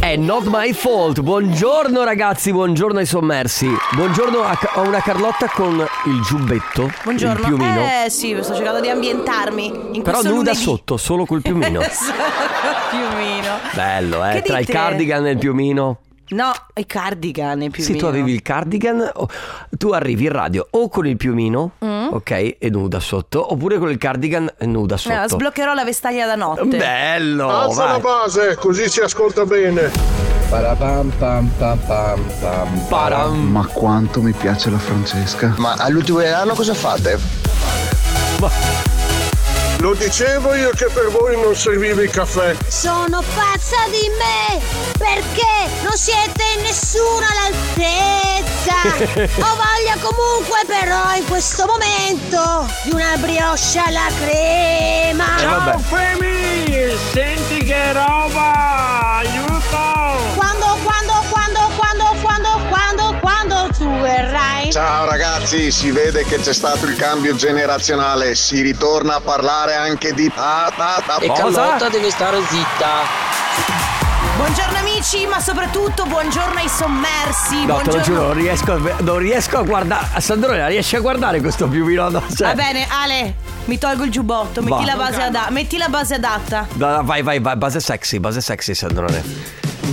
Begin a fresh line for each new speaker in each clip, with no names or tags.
è Not My Fault. Buongiorno ragazzi, buongiorno ai sommersi. Buongiorno a, a una Carlotta con il giubbetto, il
Buongiorno.
piumino.
Eh sì, sto cercando di ambientarmi. In
però
questo
nuda
lunedì.
sotto, solo col piumino.
piumino.
Bello, eh,
Che
tra il
dite?
cardigan e il piumino.
No, i cardigan, i piumino.
Sì, tu avevi il cardigan, o- tu arrivi in radio o con il piumino, ok, e nuda sotto, oppure con il cardigan e nuda
Mm. Eh,
sotto.
sbloccherò la vestaglia da notte.
Bello!
Alza
vai.
la base, Eh, così si ascolta bene.
Parapam pam pam pam pam.
Param.
Ma quanto mi piace la Francesca.
Ma all'ultimo anno cosa fate?
Lo dicevo io che per voi non serviva il caffè.
Sono pazza di me perché non siete nessuno all'altezza. Ho voglia comunque però in questo momento di una brioche alla crema.
Eh, Vabbè.
Quando, quando, quando, quando, quando, quando, quando tu verrai.
Ciao ragazzi, si vede che c'è stato il cambio generazionale, si ritorna a parlare anche di... Ah, ah, ah.
E
Cosa?
Carlotta deve stare zitta.
Buongiorno amici, ma soprattutto buongiorno ai sommersi.
No, te lo
buongiorno...
giuro, non riesco a, non riesco a guardare. A Sandrone, riesci a guardare questo piumino? No, cioè,
Va bene, Ale, mi tolgo il giubbotto, metti,
Va.
la base, ada- metti la base adatta.
no, no, vai, vai, vai, base sexy, base sexy, Sandrone.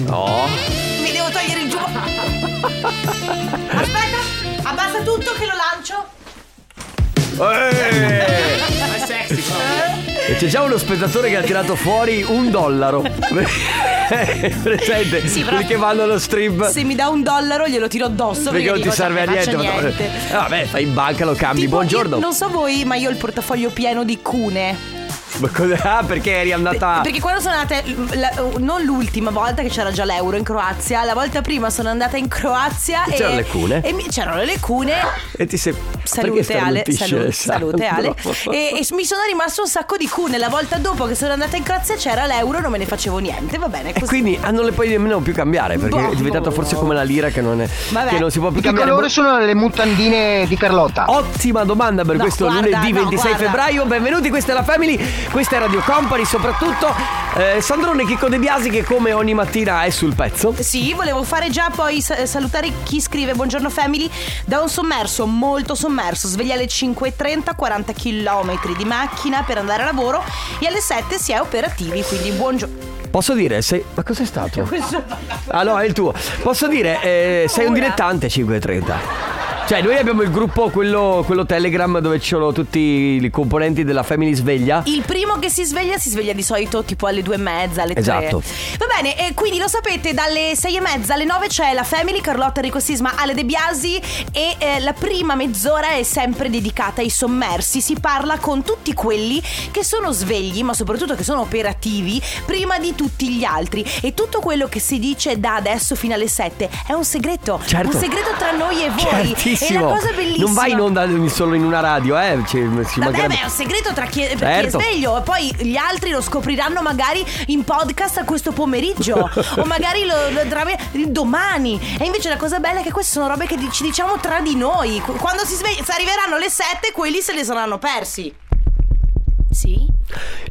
No.
Mi devo togliere il giubbotto. Aspetta, abbassa tutto che lo lancio.
E Eh! c'è già uno spettatore che ha tirato fuori un dollaro. Presente,
Sì, però-
perché vanno allo strip.
Se mi dà un dollaro glielo tiro addosso.
Perché non ti
dico, cioè,
serve a
non
niente,
faccio
ma- Eh, Vabbè, fai in banca, lo cambi.
Tipo,
Buongiorno.
io- non so voi, ma io ho il portafoglio pieno di cune.
Ma cosa- Ah, perché eri andata.
Perché quando sono andata, l- la- non l'ultima volta che c'era già l'euro in Croazia, la volta prima sono andata in Croazia e.
c'erano le cune.
e mi- c'erano le cune.
E ti sei.
Salute
perché
Ale,
starnutisce,
salute, salute Ale.
Sandro?
E, e mi sono rimasto un sacco di cune. La volta dopo che sono andata in Croazia c'era l'euro, non me ne facevo niente. Va bene,
E
così.
quindi ah, non le puoi nemmeno più cambiare perché
Boh.
è diventata forse come la lira che non, è,
Vabbè.
che non si può più
Di che
cambiare.
colore sono le mutandine di Carlotta?
Ottima domanda per
No,
questo
guarda,
lunedì
no,
26
guarda.
febbraio. Benvenuti, questa è la Family, questa è Radio Company soprattutto. Eh, Sandrone Chicco De Biasi che come ogni mattina è sul pezzo.
Sì, volevo fare già poi sa- salutare chi scrive Buongiorno Family da un sommerso molto sommerso, sveglia alle 5.30, 40 km di macchina per andare a lavoro e alle 7 si è operativi, quindi buongiorno.
Posso dire, sei... ma cos'è
Cioè,
stato? Ah no, è il tuo. Posso dire, eh, sei un dilettante 530. Cioè, noi abbiamo il gruppo, quello, quello Telegram dove ci sono tutti i componenti della Family Sveglia.
Il primo che si sveglia si sveglia di solito tipo alle 2.30, alle 3.
Esatto.
Va bene, e quindi lo sapete, dalle 6.30 alle 9 c'è la Family, Carlotta Enrico Sisma, Ale De Biasi e eh, la prima mezz'ora è sempre dedicata ai sommersi. Si parla con tutti quelli che sono svegli, ma soprattutto che sono operativi, prima di tutti gli altri. E tutto quello che si dice da adesso fino alle 7 è un segreto.
Certo.
Un segreto tra noi e voi.
Certissimo.
È una cosa bellissima.
Non vai in onda solo in una radio, eh. Ci, ci
Vabbè,
mancherebbe.
beh, è un segreto tra chi, per chi
Certo.
è sveglio. E poi gli altri lo scopriranno magari in podcast a questo pomeriggio. o magari lo, lo tra- domani. E invece la cosa bella è che queste sono robe che di- ci diciamo tra di noi. Qu- Quando si sveglia, se arriveranno le 7, quelli se le saranno persi. Sì?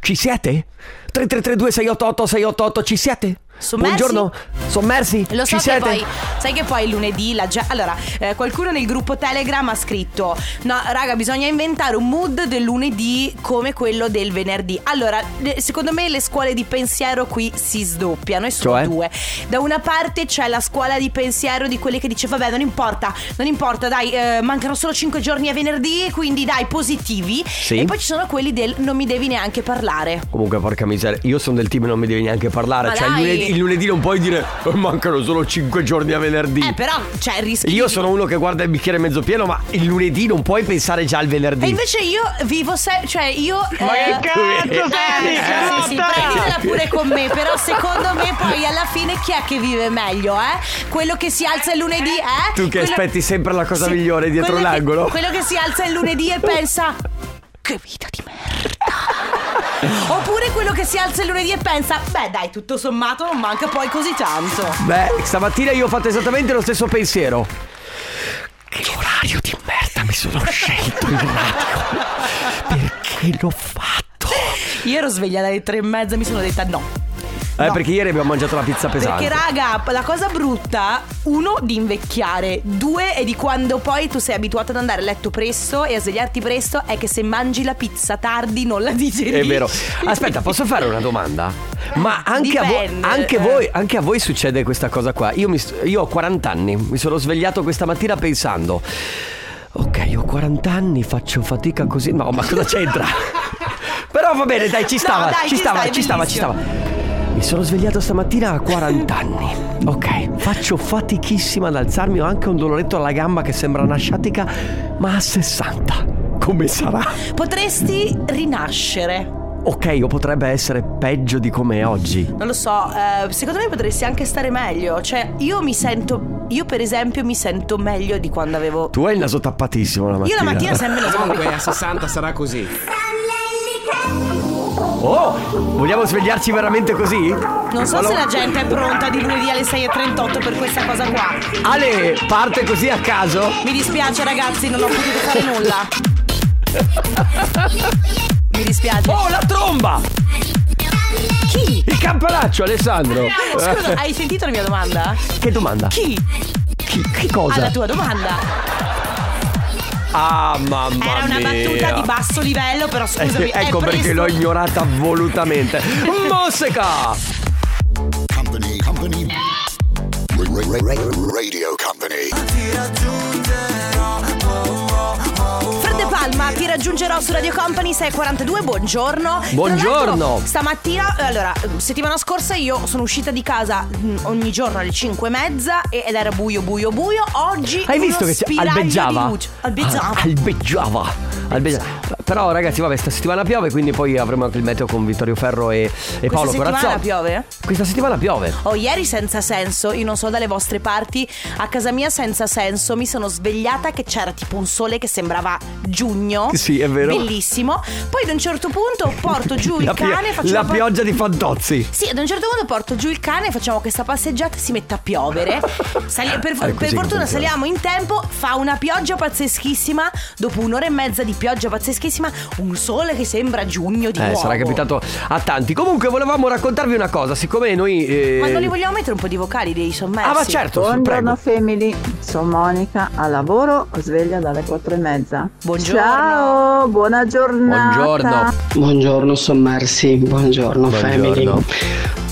Ci siete? 3332 688 688 ci siete?
Sommersi?
Buongiorno, sommersi?
Lo so
ci
che
siete?
poi, sai che poi lunedì la ge- Allora, eh, qualcuno nel gruppo Telegram ha scritto: No, raga, bisogna inventare un mood del lunedì come quello del venerdì. Allora, le- secondo me le scuole di pensiero qui si sdoppiano e sono
Cioè?
due. Da una parte c'è la scuola di pensiero di quelli che dice: Vabbè, non importa, non importa, dai, eh, mancano solo 5 giorni a venerdì, quindi dai, positivi.
Sì.
E poi ci sono quelli del non mi devi neanche parlare.
Comunque, porca miseria, io sono del team non mi devi neanche parlare.
Ma
cioè, il
dai!
lunedì, il lunedì non puoi dire "Eh, mancano solo 5 giorni a venerdì.
Eh, però, cioè, rischi.
Io sono uno che guarda il bicchiere mezzo pieno, ma il lunedì non puoi pensare già al venerdì.
E invece io vivo se- cioè io Ma
che cazzo sei,
Sì, sì, prenditela pure con me, però secondo me poi alla fine chi è che vive meglio, eh? Quello che si alza il lunedì, eh?
Tu che
Quello-
aspetti sempre la cosa
Sì,
migliore dietro
quello che-
l'angolo.
quello che si alza il lunedì e pensa che vita di merda. Oppure quello che si alza il lunedì e pensa, beh dai, tutto sommato non manca poi così tanto.
Beh, stamattina io ho fatto esattamente lo stesso pensiero. Che orario di merda mi sono scelto in radio. Perché l'ho fatto?
Io ero svegliata alle tre e mezza, mi sono detta no.
Eh, perché ieri abbiamo mangiato la pizza pesante.
Perché raga, la cosa brutta, uno di invecchiare, due è di quando poi tu sei abituato ad andare a letto presto e a svegliarti presto, è che se mangi la pizza tardi non la digerisci.
È vero. Aspetta, posso fare una domanda? Ma anche a, voi-
Dipende,
anche
eh.
voi, anche a voi succede questa cosa qua. Io, mi st- io ho 40 anni, mi sono svegliato questa mattina pensando. Ok, ho 40 anni, faccio fatica così. No, ma cosa c'entra? Però va bene, dai, ci stava,
No, dai,
ci
ci
stava,
stai,
ci stava, ci
bellissimo.
stava. Mi sono svegliato stamattina a 40 anni. Ok, faccio fatichissima ad alzarmi, ho anche un doloretto alla gamba che sembra una sciatica, ma a 60. Come sarà?
Potresti rinascere.
Ok, o potrebbe essere peggio di come è oggi.
Non lo so, eh, secondo me potresti anche stare meglio. Cioè, io mi sento. Io, per esempio, mi sento meglio di quando avevo.
Tu hai il naso tappatissimo la mattina.
Io la mattina sempre lo so.
Comunque a 60 sarà così.
Oh, vogliamo svegliarci veramente così?
Non so se la gente è pronta di lunedì alle 6.38 per questa cosa qua.
Ale, parte così a caso?
Mi dispiace, ragazzi, non ho potuto fare nulla. Mi dispiace.
Oh, la tromba!
Chi?
Il campanaccio, Alessandro!
Scusa, hai sentito la mia domanda?
Che domanda?
Chi?
Chi, chi cosa?
Alla tua domanda.
Ah, mamma
Era una battuta di basso livello, però scusami. è
ecco perché
presto.
l'ho ignorata volutamente. Mosseca!
Radio Company.
Fred De Palma, ti raggiungerò su Radio Company 642, buongiorno.
Buongiorno.
Tra l'altro, Stamattina, eh, allora, settimana scorsa io sono uscita di casa mm, ogni giorno alle 5 e mezza e- ed era buio, buio, buio. Oggi
Hai
uno
visto che si
spiraglio
albeggiava?
di luce. Albeggiava.
Ah, albeggiava. Albeggiava. Però ragazzi, vabbè, sta settimana piove, quindi poi avremo anche il meteo con Vittorio Ferro e, e
Questa
Paolo
settimana
Corazzo.
piove?
Questa settimana piove.
Oh, ieri senza senso, io non so dalle vostre parti, a casa mia senza senso mi sono svegliata che c'era tipo un sole che sembrava giugno.
Sì, è vero.
Bellissimo. Poi ad un certo punto porto giù il
La, pio-
cane, faccio
la
una-
pioggia di Fantozzi.
Sì, ad un certo punto porto giù il cane, facciamo questa passeggiata, si mette a piovere. Sali- per,
così
per
che funziona.
fortuna saliamo in tempo, fa una pioggia pazzeschissima. Dopo un'ora e mezza di pioggia pazzeschissima, un sole che sembra giugno di
Eh,
nuovo.
sarà capitato a tanti. Comunque, volevamo raccontarvi una cosa, siccome noi. eh,
Ma non li vogliamo mettere un po' di vocali dei sommersi?
Ah, ma certo,
Buongiorno
prego.
family, sono Monica, a lavoro, sveglia dalle quattro e mezza.
Buongiorno.
Ciao, buona giornata.
Buongiorno.
Buongiorno sommersi, buongiorno,
Buongiorno.
family.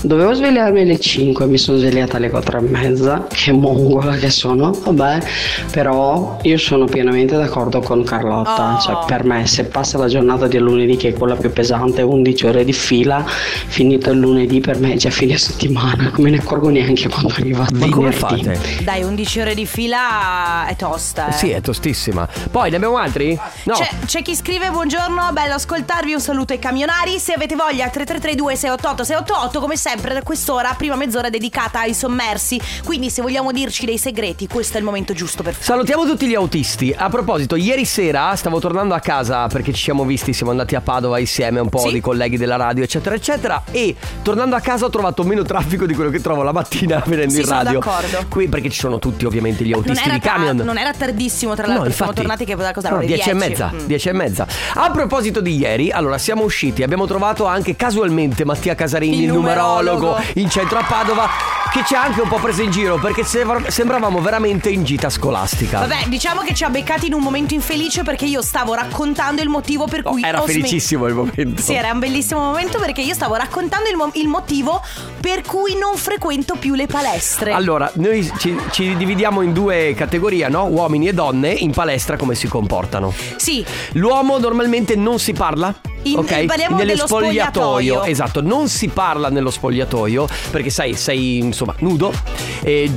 Dovevo svegliarmi alle 5, mi sono svegliata alle 4 e mezza, che mongola che sono, vabbè, però io sono pienamente d'accordo con Carlotta,
Oh.
cioè per me se passa la giornata del lunedì che è quella più pesante, 11 ore di fila, finito il lunedì per me è già fine settimana, non me ne accorgo neanche quando arriva
Ma
venerdì.
come fate?
Dai, 11 ore di fila è tosta. eh.
Sì, è tostissima. Poi ne abbiamo altri? No.
C'è, c'è chi scrive buongiorno, bello ascoltarvi, un saluto ai camionari. Se avete voglia 3332 688 688, come sempre da quest'ora, prima mezz'ora dedicata ai sommersi. Quindi se vogliamo dirci dei segreti, questo è il momento giusto per farlo.
Salutiamo tutti gli autisti. A proposito, ieri sera stavo tornando a casa perché ci siamo visti, siamo andati a Padova insieme, un po'
Sì.
di colleghi della radio, eccetera, eccetera. E tornando a casa ho trovato meno traffico di quello che trovo la mattina venendo
Sì,
in
sono
radio.
d'accordo.
Qui perché ci sono tutti ovviamente gli
Non
autisti
era,
di
tra-
camion.
non era tardissimo, tra l'altro,
No,
siamo
infatti.
tornati che da cosa?
No,
Ore
10 e mezza,
Mm.
10 e mezza. A proposito di ieri, allora siamo usciti, abbiamo trovato anche casualmente Mattia Casarini,
Il
il numerologo,
numerologo.
in centro a Padova, che ci ha anche un po' preso in giro perché sembra- sembravamo veramente in gita scolastica.
Vabbè, diciamo che ci ha beccati in un momento infelice perché io stavo raccontando il motivo per
No,
cui
era
ho smesso-
felicissimo il momento.
Oh, Sì, era un bellissimo momento perché io stavo raccontando il, mo- il motivo per cui non frequento più le palestre.
Allora, noi ci, ci dividiamo in due categorie, no? Uomini e donne in palestra come si comportano.
sì,
L'uomo normalmente non si parla.
In-
ok?
parliamo
Nello
dello spogliatoio.
Esatto, non si parla nello spogliatoio perché sai, sei insomma nudo e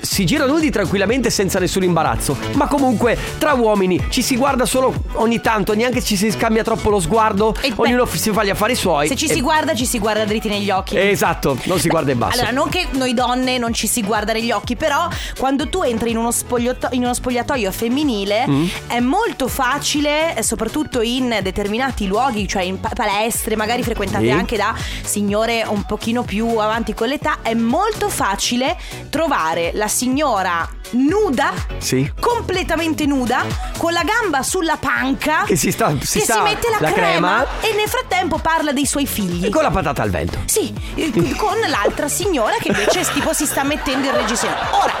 si gira nudi tranquillamente senza nessun imbarazzo. Ma comunque tra uomini ci si guarda solo ogni tanto, neanche ci si scambia troppo lo sguardo,
E beh,
ognuno f- si fa gli affari suoi.
se ci
e-
si guarda, ci si guarda dritti negli occhi.
Esatto, non si guarda in basso.
Allora, non che noi donne non ci si guarda negli occhi, però quando tu entri in uno, spogliato- in uno spogliatoio femminile
Mm.
è molto facile, eh, soprattutto in determinati luoghi, cioè in pa- palestre, magari frequentate
Sì.
anche da signore un pochino più avanti con l'età, è molto facile trovare la signora nuda,
Sì.
completamente nuda, con la gamba sulla panca,
Che si sta- si
che
sta
mette la,
la crema.
e nel frattempo parla dei suoi figli.
E con la patata al vento.
Sì, eh, con l'altra signora che invece tipo si sta mettendo in reggiseno. Ora,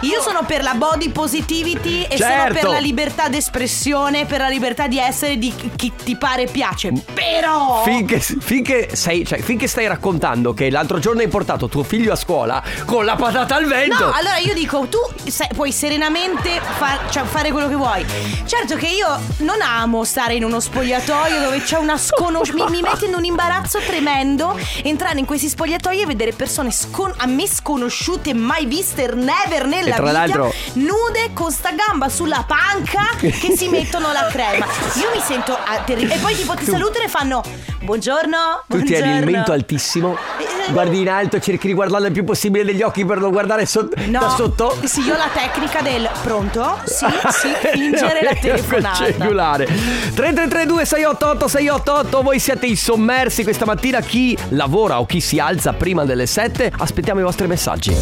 io sono per la body positivity e sono
Certo.
per la libertà d'espressione, per la libertà di essere di chi ti pare e piace. Però...
Finché, finché sei- cioè, finché stai raccontando che l'altro giorno hai portato tuo figlio a scuola con la patata al vento.
No, allora io dico, tu se- puoi serenamente far- cioè, fare quello che vuoi. Certo che io non amo stare in uno spogliatoio dove c'è una sconosciuta. mi, mi mette in un imbarazzo tremendo entrare in questi spogliatoi e vedere persone scon- a me sconosciute, mai viste, never nella
E tra
vita,
l'altro-
nude con sta gamba sulla panca che si mettono la crema. Io mi sento ah, terribile. E poi tipo ti salutano e fanno buongiorno,
Tu
buongiorno.
tieni il mento altissimo,
Eh,
guardi in alto, cerchi di guardarlo il più possibile degli occhi per non guardare sot-
No.
da sotto. Ah, eh,
Sì, io ho la tecnica del pronto? Sì, sì, fingere la
Col
telefonata.
cellulare 3332 688 688 Voi siete i sommersi questa mattina Chi lavora o chi si alza prima delle 7 Aspettiamo i vostri messaggi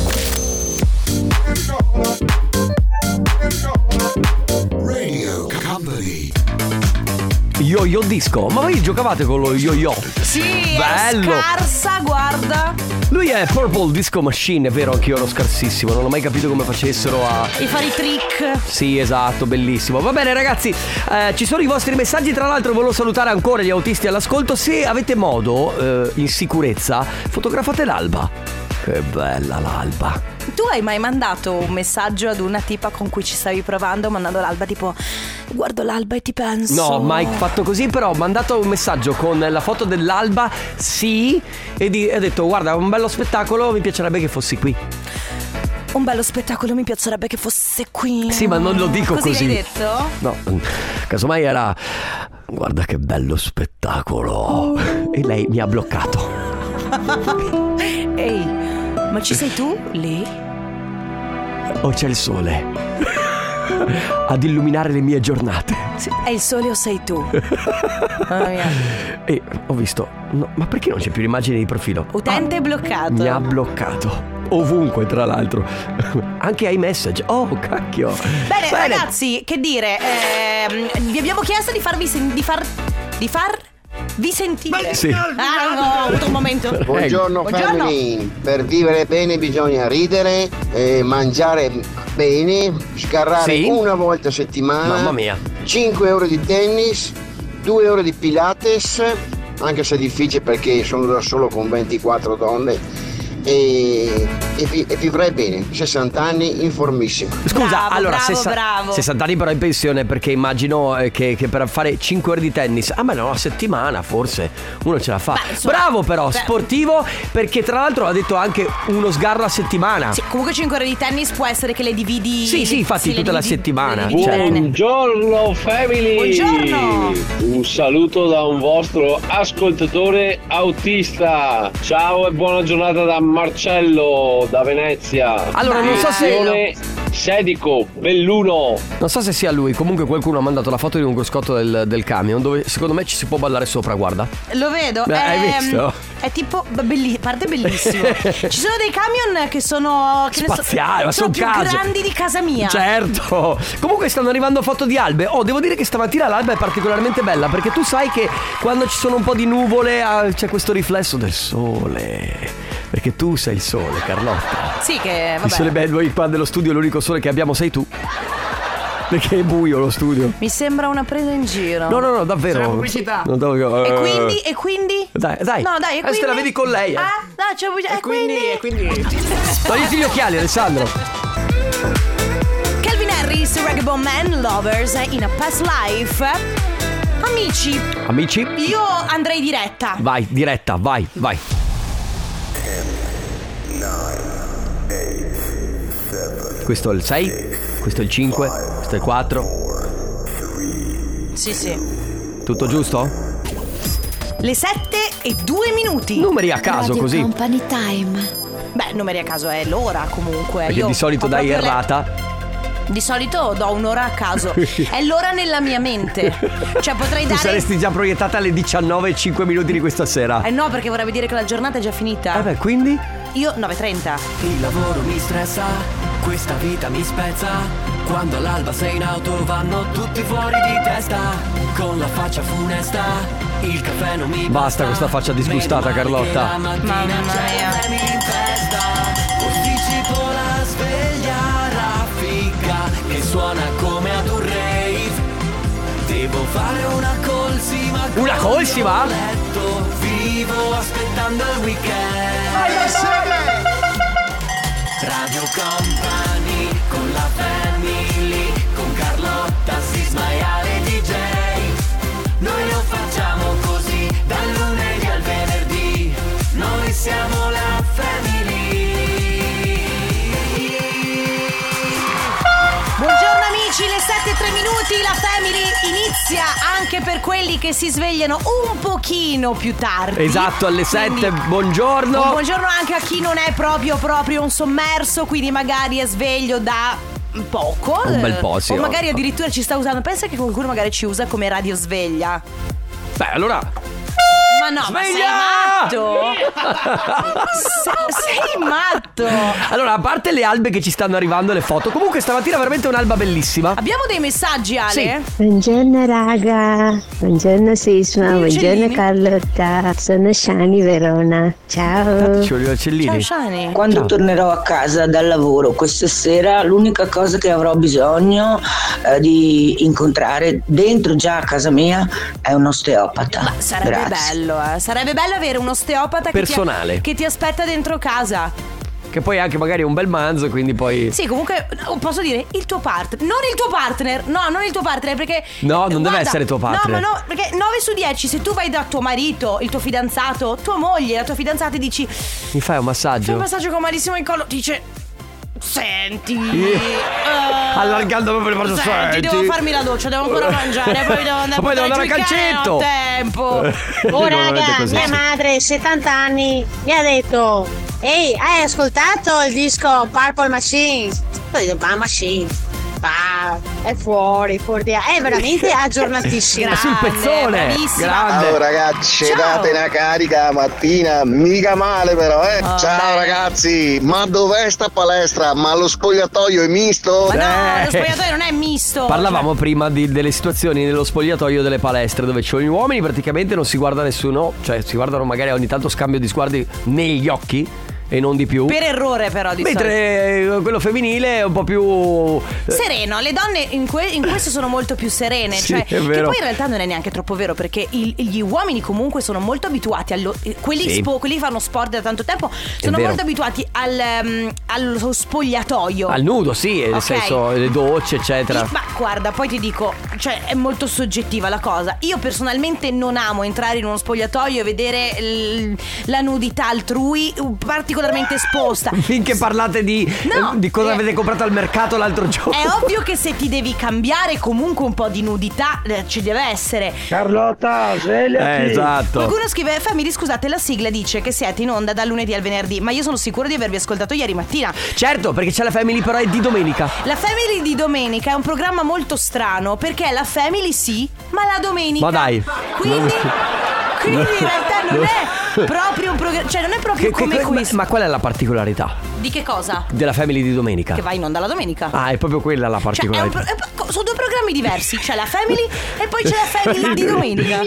Yo-yo disco Ma voi giocavate con lo yo-yo
Sì,
Bello.
è scarsa, guarda.
Lui è Purple Disco Machine È vero, anch'io ero scarsissimo Non ho mai capito come facessero a
E fare i trick.
Sì, esatto, bellissimo. Va bene, ragazzi, eh, ci sono i vostri messaggi. Tra l'altro, volevo salutare ancora gli autisti all'ascolto. Se avete modo, eh, in sicurezza, fotografate l'alba. Che bella l'alba.
Tu hai mai mandato un messaggio ad una tipa con cui ci stavi provando, mandando l'alba, tipo guardo l'alba e ti penso.
No, mai fatto così, però ho mandato un messaggio con la foto dell'alba, sì, e di- e ho detto, guarda, è un bello spettacolo, mi piacerebbe che fossi qui.
Un bello spettacolo, mi piacerebbe che fosse qui.
Sì, ma non lo dico così.
Mm. Così l'hai detto?
No, mm, casomai era, guarda che bello
Oh.
spettacolo. E lei mi ha bloccato.
Ehi, ma ci sei tu lì?
o c'è il sole ad illuminare le mie giornate.
Sì, È il sole o sei tu? Mamma mia.
E ho visto, no, ma perché non c'è più l'immagine di profilo?
Utente bloccato.
Mi ha bloccato. Ovunque, tra l'altro. Anche ai message. Oh, cacchio.
Bene, ragazzi, che dire? ehm, vi abbiamo chiesto di farvi sen- di far di far vi sentire.
Sì.
Ah, no, ho avuto un momento.
Buongiorno,
Buongiorno.
family. Per vivere bene bisogna ridere, eh, mangiare bene, scarrare
Sì.
una volta a settimana.
Mamma mia.
5 ore di tennis, 2 ore di pilates, anche se è difficile perché sono da solo con 24 donne. E, e vi- e vivrai bene, 60 anni, informissima.
Scusa,
Bravo,
allora
bravo,
60,
bravo.
60 anni però in pensione perché immagino eh, che, che per fare 5 ore di tennis, ah ma no, una settimana forse, uno ce la fa.
Beh, insomma,
Bravo però,
beh.
sportivo perché tra l'altro ha detto anche uno sgarro a settimana.
Sì, comunque 5 ore di tennis può essere che le dividi
Sì, sì, infatti,
le
tutta la
dividi-
settimana,
le dividi
cioè.
bene.
Buongiorno family!
Buongiorno.
Un saluto da un vostro ascoltatore autista. Ciao e buona giornata da Marcello da Venezia.
Allora, non so se-
Direzione Sedico, Belluno.
Non so se sia lui, comunque qualcuno ha mandato la foto di un cruscotto del, del camion dove secondo me ci si può ballare sopra, guarda.
Lo vedo.
Beh, hai
è,
visto?
È tipo beh, belli- parte bellissimo. Ci sono dei camion che sono che ne so-
Spaziale, ma
sono
sono
più
case.
grandi di casa mia.
Certo! Comunque stanno arrivando foto di albe. Oh, devo dire che stamattina l'alba è particolarmente bella perché tu sai che quando ci sono un po' di nuvole ah, c'è questo riflesso del sole. Perché tu sei il sole, Carlotta.
Sì che
Il sole
Eh, vabbè.
bello noi qua dello studio, l'unico sole che abbiamo sei tu. Perché è buio lo studio.
Mi sembra una presa in giro.
No, no, no, davvero. pubblicità.
E quindi? E quindi?
eh, Dai, dai.
No, dai, e
Adesso te la
quindi?
vedi con lei, eh.
Ah, no, c'è E, quindi?
Togliti gli occhiali, Alessandro.
Calvin Harris, Ragabone Man, Lovers in a Past Life. Amici,
Amici,
io andrei diretta.
vai, diretta, vai, vai. Questo è il 6, questo è il 5, questo è il 4.
Sì, sì.
Tutto giusto?
Le 7 e 2 minuti.
Numeri a caso così.
Company Time.
Beh, numeri a caso è l'ora comunque.
Perché
Io
di solito
ho
dai
proprio le-
errata.
Di solito do un'ora a caso. è l'ora nella mia mente. Cioè potrei
Tu
dare...
saresti già proiettata alle 19.05 minuti di questa sera.
Eh no, perché vorrebbe dire che la giornata è già finita.
Eh beh, quindi?
Io 9.30.
Il lavoro mi stressa, Questa vita mi spezza Quando all'alba sei in auto vanno tutti fuori di testa Con la faccia funesta Il caffè non mi
Basta questa faccia disgustata, Carlotta.
Mamma mia mi in festa Posticipo la sveglia raffica Che suona come ad un rave Devo fare una colsima
Una
col
colsima?
mio letto. Vivo aspettando il weekend Radio Company con la family Con Carlotta, Sisma e Ale DJ Noi lo facciamo così Dal lunedì al venerdì Noi siamo la family
Buongiorno amici, le 7 e 3 minuti, la family inizia anche per quelli che si svegliano un pochino più tardi.
Esatto, alle 7, buongiorno.
Un buongiorno anche a chi non è proprio proprio un sommerso, quindi magari è sveglio da poco.
Un bel po', sì,
O magari
oh.
addirittura ci sta usando. Pensa che qualcuno magari ci usa come radio sveglia.
Beh, allora.
Ma no, ma sei
Sveglia!
matto! Se- sei matto!
Allora, a parte le albe che ci stanno arrivando, le foto. Comunque, stamattina veramente un'alba bellissima.
Abbiamo dei messaggi, Ale?
Buongiorno raga, buongiorno Sisma, buongiorno Carlotta, sono Shani Verona, ciao.
Ci vogliono Cellini.
Quando tornerò a casa dal lavoro questa sera, l'unica cosa che avrò bisogno eh, di incontrare dentro già a casa mia è un osteopata.
Sarebbe
Grazie.
bello, eh. Sarebbe bello avere un osteopata che ti-
Personale.
che ti aspetta dentro casa.
Che poi anche magari è un bel manzo, quindi poi.
Sì, comunque no, posso dire il tuo partner. Non il tuo partner. No, non il tuo partner perché.
No, non deve essere tuo partner.
No, ma no, perché 9 su 10, se tu vai da tuo marito, il tuo fidanzato, tua moglie, la tua fidanzata e dici. Fai
Mi fai un massaggio?
un passaggio con malissimo in collo, ti dice. Senti,
Eh,
eh,
allargando proprio le braccia,
senti,
"Senti."
devo farmi la doccia, devo ancora mangiare, poi devo andare
Ma poi devo andare
buttare giù
a
il cane,
calcetto.
non ho tempo. eh,
Oh
Normalmente
raga,
così,
mia
sì.
madre, 70 anni, mi ha detto Ehi, hai ascoltato il disco Purple Machine? Ho detto, ma Machine, bah, è fuori, fuori di... È veramente aggiornatissimo
È sul pezzone, bravissima. grande.
Allora,
Allora ragazzi,
Ciao.
date una carica mattina, mica male però, eh.
Ah.
Ciao ragazzi, ma dov'è sta palestra? Ma lo spogliatoio è misto?
Ma no,
Eh.
lo spogliatoio non è misto.
Parlavamo prima di- delle situazioni nello spogliatoio delle palestre dove cioè, gli uomini praticamente non si guarda nessuno, cioè si guardano magari ogni tanto scambio di sguardi negli occhi e non di più.
Cioè, per errore, però, di solito.
Uh. Mentre eh, quello femminile è un po' più... eh,
Sereno, le donne in, que- in questo sono molto più serene.
Sì,
cioè,
è vero.
Che poi in realtà non è neanche troppo vero, perché il- gli uomini comunque sono molto abituati allo- eh, quelli,
Sì.
spo- quelli che fanno sport da tanto tempo sono
vero.
molto abituati al, ehm, allo spogliatoio.
Al nudo, sì, nel
Ok.
senso le docce, eccetera.
Ma guarda, poi ti dico, cioè è molto soggettiva la cosa. Io personalmente non amo entrare in uno spogliatoio e vedere l- la nudità altrui eh, particolarmente esposta.
Finché parlate di,
No,
eh, di cosa
eh.
avete comprato al mercato l'altro giorno.
È ovvio che se ti devi cambiare comunque un po' di nudità eh, ci deve essere.
Carlotta, svegliati.
Eh, esatto.
Qualcuno scrive, fammi scusate, la sigla dice che siete in onda dal lunedì al venerdì, ma io sono sicura di avervi ascoltato ieri mattina.
Certo, perché c'è la family però è di domenica.
La Family di domenica è un programma molto strano perché la Family sì, ma la domenica.
Ma dai.
Quindi, quindi in
No.
realtà non
No.
è proprio un programma. Cioè, non è proprio
Che- che-
come
che- ma,
questo.
ma qual è la particolarità
Di che cosa?
della family di domenica?
Che va in onda la domenica.
Ah, è proprio quella la
Cioè, è un
particolarità.
pro- è pro- sono due programmi diversi. C'è la Family e poi c'è la Family di domenica.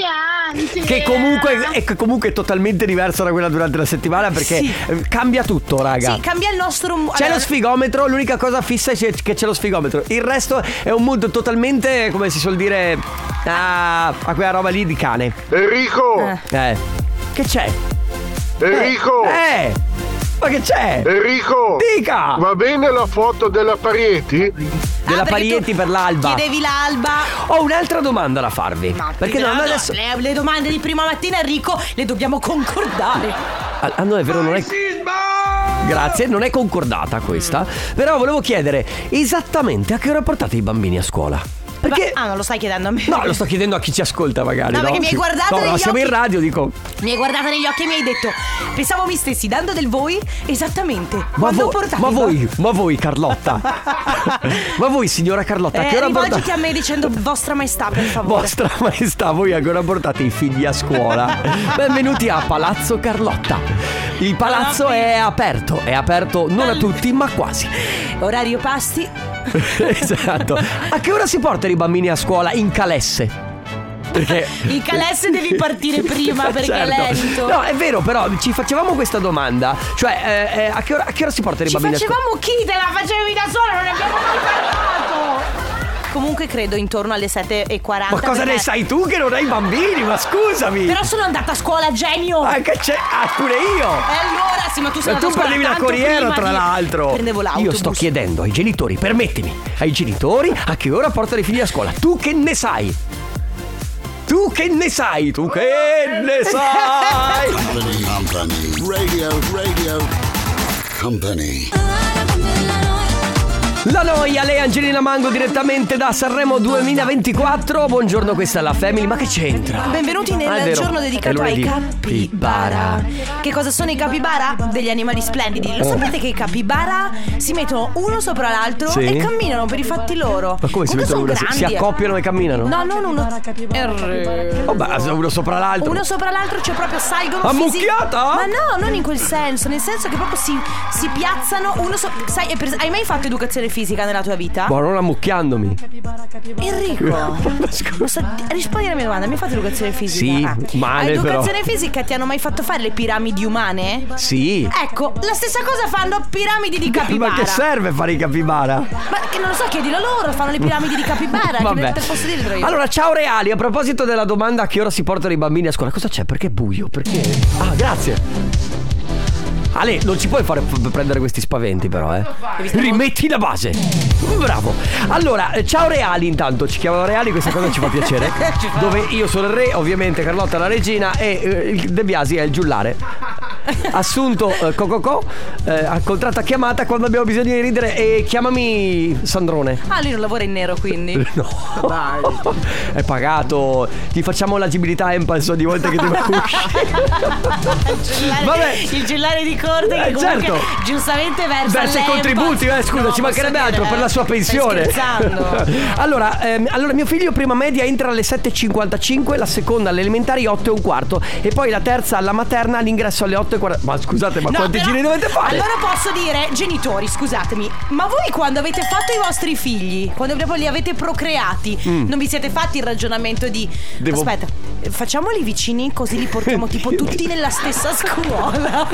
Che comunque, è, che comunque è totalmente diversa da quella durante la settimana perché eh, cambia tutto, raga.
Sì, cambia il nostro.
c'è lo sfigometro, l'unica cosa fissa è che c'è lo sfigometro. Il resto è un mood totalmente, come si suol dire, a, a quella roba lì di cane.
Enrico!
Eh. Che c'è?
Enrico!
Eh! Ma che c'è?
Enrico!
Dica!
Va bene la foto della Parieti?
Della
Ah,
Parietti per l'alba.
Chiedevi l'alba.
Ho un'altra domanda da farvi.
Ma
perché
no,
non
no,
adesso.
le, le domande di prima mattina, Enrico, le dobbiamo concordare.
Ah, no, è vero, non è. Grazie, non è concordata questa. Però volevo chiedere esattamente a che ora portate i bambini a scuola? Perché.
Ah, non lo stai chiedendo a me.
No, lo sto chiedendo a chi ci ascolta, magari.
No,
No,
perché mi hai
Sì.
guardato
No, no,
negli
siamo in
occhi.
radio, dico.
Mi hai guardata negli occhi e mi hai detto: Pensavo mi stessi dando del voi esattamente.
Ma,
quando
voi-
portavi
ma voi, ma voi, Carlotta. ma voi, signora Carlotta, a che
Eh,
ora
rivolgiti
portate.
a me dicendo vostra maestà, per favore.
Vostra maestà, voi ancora portate i figli a scuola. Benvenuti a Palazzo Carlotta. Il palazzo è aperto, è aperto non a tutti, ma quasi.
Orario pasti?
esatto. A che ora si portano i bambini a scuola in calesse? Perché
Il calesse devi partire prima perché è
Certo.
lento.
No, è vero, però ci facevamo questa domanda. Cioè, eh, eh, a, che ora, a che ora si portano i
Ci
bambini a scuola?
facevamo chi te la facevi da sola, non ne abbiamo mai parlato. Comunque credo intorno alle 7.40.
Ma cosa ne
perché-
sai tu che non hai bambini? Ma scusami!
Però sono andata a scuola, genio!
Ma che c'è? Ah, pure
E
io!
Eh, allora, sì, ma tu sei
Ma
andata
tu
a scuola
prendevi la
tanto
corriera,
prima
tra
di-
l'altro.
Prendevo l'autobus.
Io sto chiedendo ai genitori, permettimi, ai genitori a che ora portano i figli a scuola. Tu che ne sai? Tu che ne sai? Tu che ne sai?
Company, company. Radio, radio. Company.
La noia, lei Angelina Mango direttamente da Sanremo 2024. Buongiorno, questa è la Family, ma che c'entra?
Benvenuti nel
Ah, è vero,
giorno
è
dedicato ai
lunedì.
capibara. Che cosa sono i capibara? Degli animali splendidi. Lo
Oh.
sapete che i capibara si mettono uno sopra l'altro
Sì.
e camminano per i fatti loro.
Ma come si
Comunque
mettono
sono
una si
grandi, eh.
accoppiano e camminano? Oh,
No, non uno. Er-
Vabbè, uno sopra l'altro.
Uno sopra l'altro, cioè proprio salgono
Ammucchiata?
fisi- Ma no, non in quel senso, nel senso che proprio si, si piazzano uno sopra. Sai, è pres- hai mai fatto educazione fisica nella tua vita?
Ma Boh, non ammucchiandomi.
Enrico, lo so- rispondi alla mia domanda, mi hai fatto educazione fisica?
Sì, male,
A educazione
Ah, però.
fisica ti hanno mai fatto fare le piramidi umane?
Sì.
Ecco, la stessa cosa fanno piramidi di capibara.
Ma che serve fare i capibara?
Ma che non lo so, chiedilo loro, fanno le piramidi di capibara.
Vabbè.
Che te posso dire però io?
Allora, ciao Reali, a proposito della domanda a che ora si portano i bambini a scuola, cosa c'è? Perché è buio? Perché? Ah, grazie. Ale, non ci puoi fare p- prendere questi spaventi però, eh. Rimetti la base. Bravo. Allora, eh, ciao Reali intanto, ci chiamano Reali, questa cosa ci fa piacere.
Ci fa.
Dove io sono il re, ovviamente Carlotta è la regina e eh, il De Biasi è il giullare. Assunto eh, Cococò, eh, a contratto a chiamata quando abbiamo bisogno di ridere e chiamami Sandrone.
Ah, lui non lavora in nero quindi.
No. È pagato. Ti facciamo l'agibilità Empalso ogni volta che deve uscire.
il, gellare,
Vabbè.
il gellare di corte che
Eh,
comunque
certo.
giustamente versa
Versa i
l'Empal.
contributi, eh, scusa,
No,
ci mancherebbe
posso
altro
dire, eh,
per la sua
stai
pensione.
scherzando.
allora, ehm, allora, mio figlio prima media entra alle 7.55, la seconda alle elementari 8 e un quarto e poi la terza alla materna all'ingresso alle 8 e 40. Ma scusate, ma
No,
quanti
però-
giri dovete fare?
Allora posso dire, genitori, scusatemi, ma voi quando avete fatto i vostri figli, quando proprio li avete procreati,
Mm.
non vi siete fatti il ragionamento di
Devo-
aspetta, eh, facciamoli vicini così li portiamo tipo tutti nella stessa scuola.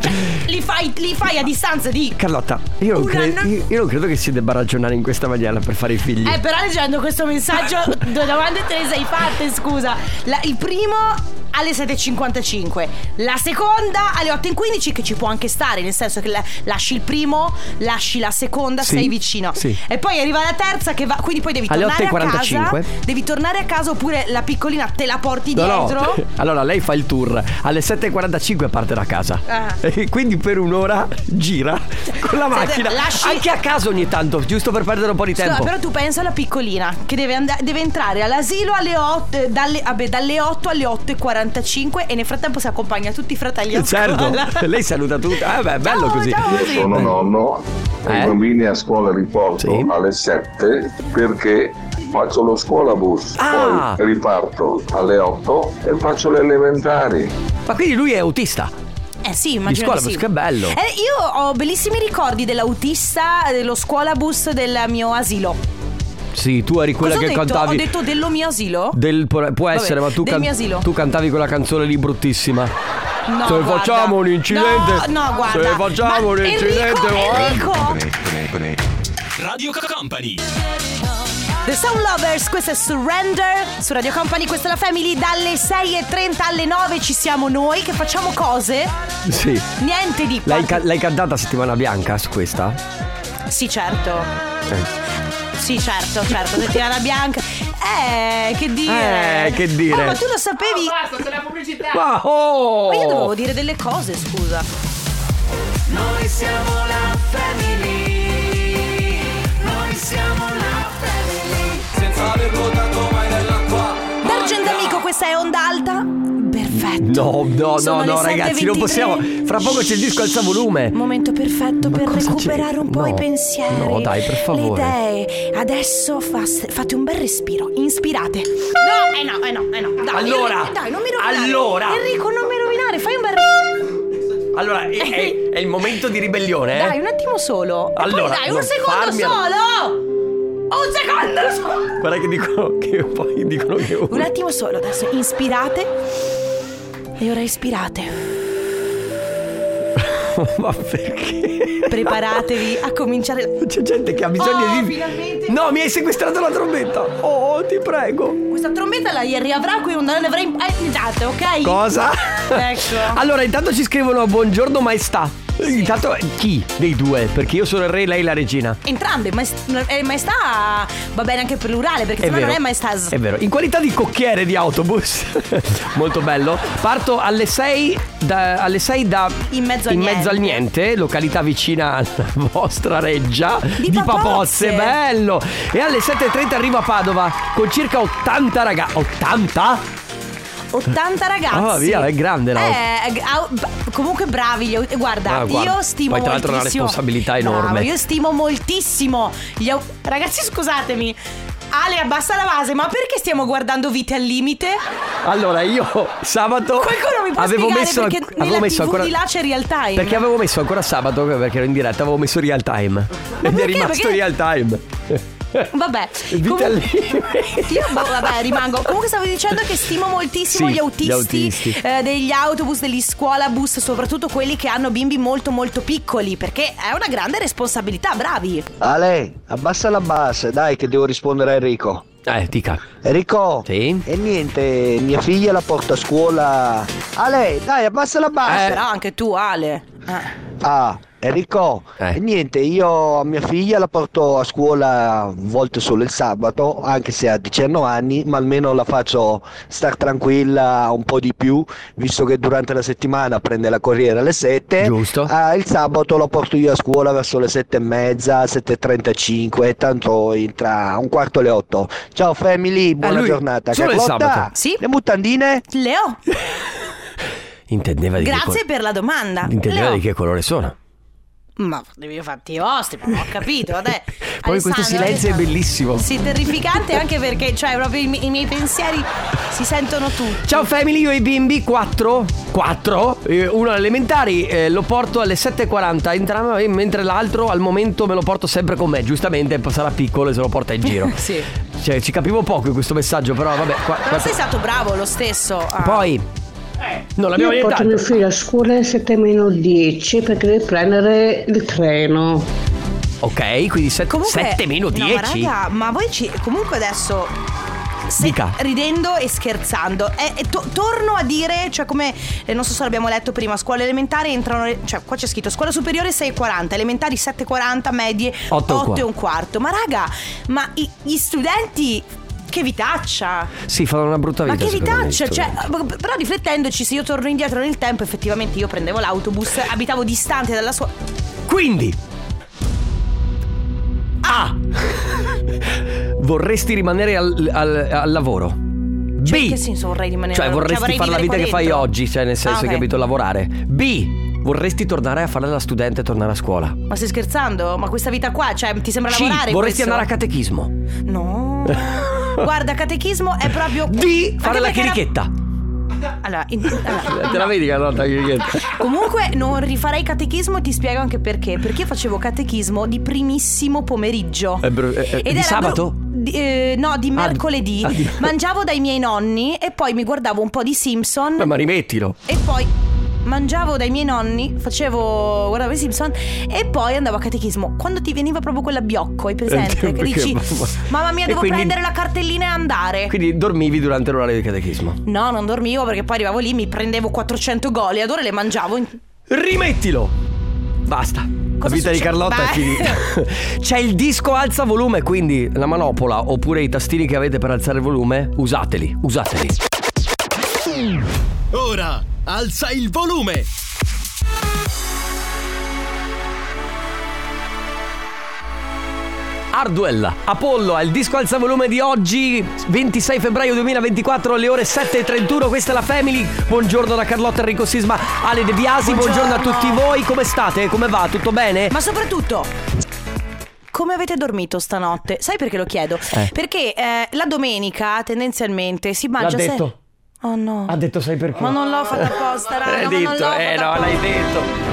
Cioè, li fai, li fai a distanza di
Carlotta, io non,
Un
cre-
anno-
io- io non credo che si debba ragionare in questa maniera per fare i figli.
Eh, però leggendo questo messaggio, due domande te le sei fatte, scusa. La- il primo alle 7.55, la seconda alle 8.15, che ci può anche stare, nel senso che la- lasci il primo, lasci la seconda,
Sì,
sei vicino.
sì.
E poi arriva la terza che va. Quindi poi devi
Alle
tornare a
8.45.
casa. Devi tornare a casa oppure la piccolina te la porti
No, no.
dietro.
Allora lei fa il tour alle 7.45 parte da casa.
Ah.
E quindi per un'ora gira con la
Senta,
macchina.
lasci-
Anche a casa ogni tanto, giusto per perdere un po' di
Scusa,
tempo.
però tu pensa alla piccolina che deve, andare- deve entrare all'asilo alle 8, eh, dalle, vabbè, dalle 8 alle 8.45 e nel frattempo si accompagna tutti i fratelli a
Certo,
scuola.
lei saluta tutti. Eh beh, è bello così. Eh?
Sono nonno e i bambini a scuola li porto alle 7 perché faccio lo scuolabus,
Ah!
poi riparto alle 8 e faccio le elementari.
Ma quindi lui è autista?
Eh sì, immagino
scuola
di
bus,
sì.
che bello.
Eh, io ho bellissimi ricordi dell'autista, dello scuola bus del mio asilo.
Sì, tu eri quella
Cosa
che
ho detto?
cantavi. Mm.
Ho detto dello mio asilo?
Del- può essere, ma tu,
del
can-
mio asilo.
tu cantavi quella canzone lì bruttissima.
No,
Se
guarda.
facciamo un incidente.
No, no, guarda.
Se facciamo
Ma
un incidente.
Enrico,
va-
Enrico!
Radio Company
The Sound Lovers, questo è Surrender su Radio Company, questa è la Family dalle 6.30 alle 9 ci siamo noi che facciamo cose.
Sì.
Niente di
L'hai, ca- l'hai cantata settimana bianca su questa?
Sì, certo.
Eh.
Sì, certo, certo, settimana bianca. Eh, che dire.
Eh, che dire.
Oh, ma tu lo sapevi?
Ma, oh!
Ma io dovevo dire delle cose, scusa.
Noi siamo la family Noi siamo la family Senza aver ruotato mai nell'acqua
Dargen d'amico, questa è onda alta. Perfetto.
No, no,
Sono
no, no,
le
ragazzi, non
7:23.
possiamo. Fra poco c'è il disco alza volume.
Momento perfetto per recuperare un po'
No,
i pensieri.
no, dai, per favore.
Le idee. Adesso fa- fate un bel respiro. Inspirate. No, eh no, eh no, eh no. Dai,
Allora,
Enrico, dai, non mi rovinare.
allora.
Enrico, non mi rovinare. Fai un bel respiro.
Allora, è, è- è il momento di ribellione, eh?
Dai, un attimo solo. E
Allora,
poi dai, un
non
secondo
farmi-
solo! Un secondo solo!
Guarda che dicono che poi dicono che
Un attimo solo, adesso inspirate. E ora ispirate.
Ma perché?
Preparatevi a cominciare.
C'è gente che ha bisogno
Oh,
di.
finalmente.
No, mi hai sequestrato la trombetta! Oh, oh, ti prego!
Questa trombetta la riavrà qui, non l'avrei impegnato, ok?
Cosa?
Ecco.
Allora, intanto ci scrivono buongiorno maestà. Intanto chi dei due? Perché io sono il re e lei la regina.
Entrambe, maest- eh, maestà va bene anche per l'urale, perché sennò non è maestas.
È vero. In qualità di cocchiere di autobus, molto bello. Parto alle 6 da, alle 6 da
In mezzo al niente.
al niente, località vicina alla vostra reggia
Di Papozze.
bello. E alle 7:30 arrivo a Padova con circa 80 ragazzi. 80?
80 ragazzi.
Ah, via, è grande, no?
Eh, g- au- b- comunque bravi. gli au- eh, Guarda,
Ah, guarda.
io stimo
Poi, tra l'altro,
moltissimo.
è una responsabilità
Bravo,
enorme.
io stimo moltissimo. Gli au- Ragazzi, scusatemi. Ale, abbassa la base, ma perché stiamo guardando vite al limite?
Allora io sabato
Qualcuno mi può
avevo
spiegare
messo,
perché
avevo
nella
messo
TV
ancora
di là c'è real time.
Perché avevo messo ancora sabato perché ero in diretta, avevo messo real time ed è rimasto
Perché?
real time.
Vabbè,
Vita
io boh, vabbè, rimango. Comunque stavo dicendo che stimo moltissimo
Sì,
gli autisti,
gli autisti.
eh, degli autobus, degli scuolabus, soprattutto quelli che hanno bimbi molto molto piccoli, perché è una grande responsabilità, bravi.
Ale, abbassa la base, dai che devo rispondere a Enrico.
Eh, dica.
Enrico,
Sì?
e niente, mia figlia la porta a scuola. Ale, dai, abbassa la base.
Eh, Però anche tu, Ale.
Ecco.
Eh.
Ah, Enrico,
Eh.
e niente, io a mia figlia la porto a scuola a volte solo il sabato, anche se ha 19 anni, ma almeno la faccio star tranquilla un po' di più, visto che durante la settimana prende la corriera alle 7.
Giusto.
Ah, il sabato la porto io a scuola verso le 7 e mezza, 7.35, tanto entra un quarto alle 8. Ciao family, buona
lui,
giornata.
solo il
Carlotta,
sabato.
Le mutandine?
Leo,
Intendeva di che
grazie
col-
per la domanda.
Intendeva
Leo,
di che colore sono.
ma devi farti i vostri, ma non ho capito, vabbè.
Poi questo
Alessandro,
silenzio è
Alessandro.
bellissimo.
Sì, terrificante anche perché, cioè, proprio i, mi- i miei pensieri si sentono tutti.
Ciao family, io e i bimbi, 4, 4, uno alle elementari, eh, lo porto alle 7.40 entrambi, eh, mentre l'altro al momento me lo porto sempre con me, giustamente p- sarà piccolo e se lo porta in giro.
Sì.
Cioè, ci capivo poco in questo messaggio, però vabbè. qua-
Però ah.
quattro-
sei stato bravo lo stesso. eh. a-
Poi... Non l'abbiamo
Io porto mio
niente.
figlio a scuola alle 7 meno 10 perché deve prendere il treno.
Ok, quindi 7
Comunque-
meno
no,
10.
ma raga, ma voi ci. Comunque adesso. se-
Dica.
Ridendo e scherzando, Eh, eh, to- torno a dire, cioè come eh, non so se l'abbiamo letto prima, scuola elementare entrano, le- cioè qua c'è scritto scuola superiore 6,40, elementari 7,40, medie
Otto e un
8 e un quarto. Ma raga, ma i- gli studenti che vitaccia!
Sì, fanno una brutta
Ma
vita.
che
secondo me,
vitaccia!
gli
Cioè,
studenti.
b- però riflettendoci, se io torno indietro nel tempo, effettivamente io prendevo l'autobus, abitavo distante dalla scuola.
Quindi... Ah! Vorresti rimanere al, al- al lavoro?
Cioè, in
B.
che senso vorrei rimanere
Cioè
al-
vorresti fare la
vivere
vita
diciamo, qua
che fai
dentro?
oggi, cioè nel senso
Ah,
hai
ok.
capito lavorare. B. Vorresti tornare a fare la studente e tornare a scuola.
Ma stai scherzando? Ma questa vita qua, cioè, ti sembra
C.
lavorare?
Vorresti
questo?
andare a catechismo.
No. Guarda, catechismo è proprio.
D. Fare la
perché era-
chirichetta. Eh,
Allora, in- allora,
Te la vedi che allora la chirichetta?
Comunque non rifarei catechismo e ti spiego anche perché. Perché io facevo catechismo di primissimo pomeriggio.
È bru- è- è- Eh, di
era
sabato?
bru- di- eh, no, di mercoledì.
ah, di-
Mangiavo dai miei nonni e poi mi guardavo un po' di Simpson.
Eh, Ma rimettilo.
E poi mangiavo dai miei nonni, facevo, guardavo i Simpson e poi andavo a catechismo. Quando ti veniva proprio quella biocco, hai presente? Che
Perché,
dici,
mamma-
mamma mia,
E
devo
quindi-
prendere la cartellina e andare.
Quindi dormivi durante l'orario di catechismo.
No, non dormivo perché poi arrivavo lì, mi prendevo 400 gol e ad ora le mangiavo. in-
Rimettilo! Basta.
Cosa
la vita di
succede?
Carlotta è
Beh.
finita. C'è il disco alza volume, quindi la manopola oppure i tastini che avete per alzare il volume, usateli, usateli.
Ora alza il volume.
Hardwell, Apollo, al disco alza volume di oggi, 26 febbraio 2024, alle ore 7.31. Questa è la Family. Buongiorno da Carlotta Enrico Sisma, Ale De Biasi. Buongiorno, a tutti voi. Come state? Come va? Tutto bene?
Ma soprattutto. Come avete dormito stanotte? Sai perché lo chiedo?
Eh.
Perché eh, la domenica tendenzialmente si
L'ha
mangia se-
detto.
Oh no.
Ha detto sai perché?
Ma non l'ho fatta apposta, raga.
L'hai
ma non
detto,
l'ho
eh
fatta
no, l'hai
apposta.
detto.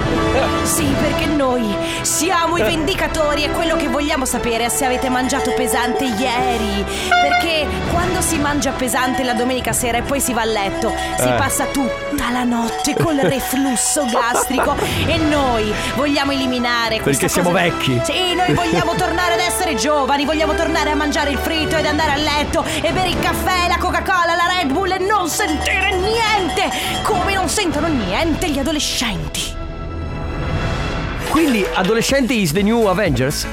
Sì, perché noi siamo i
Eh.
vendicatori e quello che vogliamo sapere è se avete mangiato pesante ieri. Perché quando si mangia pesante la domenica sera e poi si va a letto, si
Eh.
passa tutta la notte col reflusso gastrico e noi vogliamo eliminare
Perché
questa
siamo
cosa-
vecchi.
Sì, noi vogliamo tornare ad essere giovani, vogliamo tornare a mangiare il fritto ed andare a letto e bere il caffè, la Coca-Cola, la Red Bull e non sentire niente, come non sentono niente gli adolescenti.
Quindi adolescenti is the new Avengers?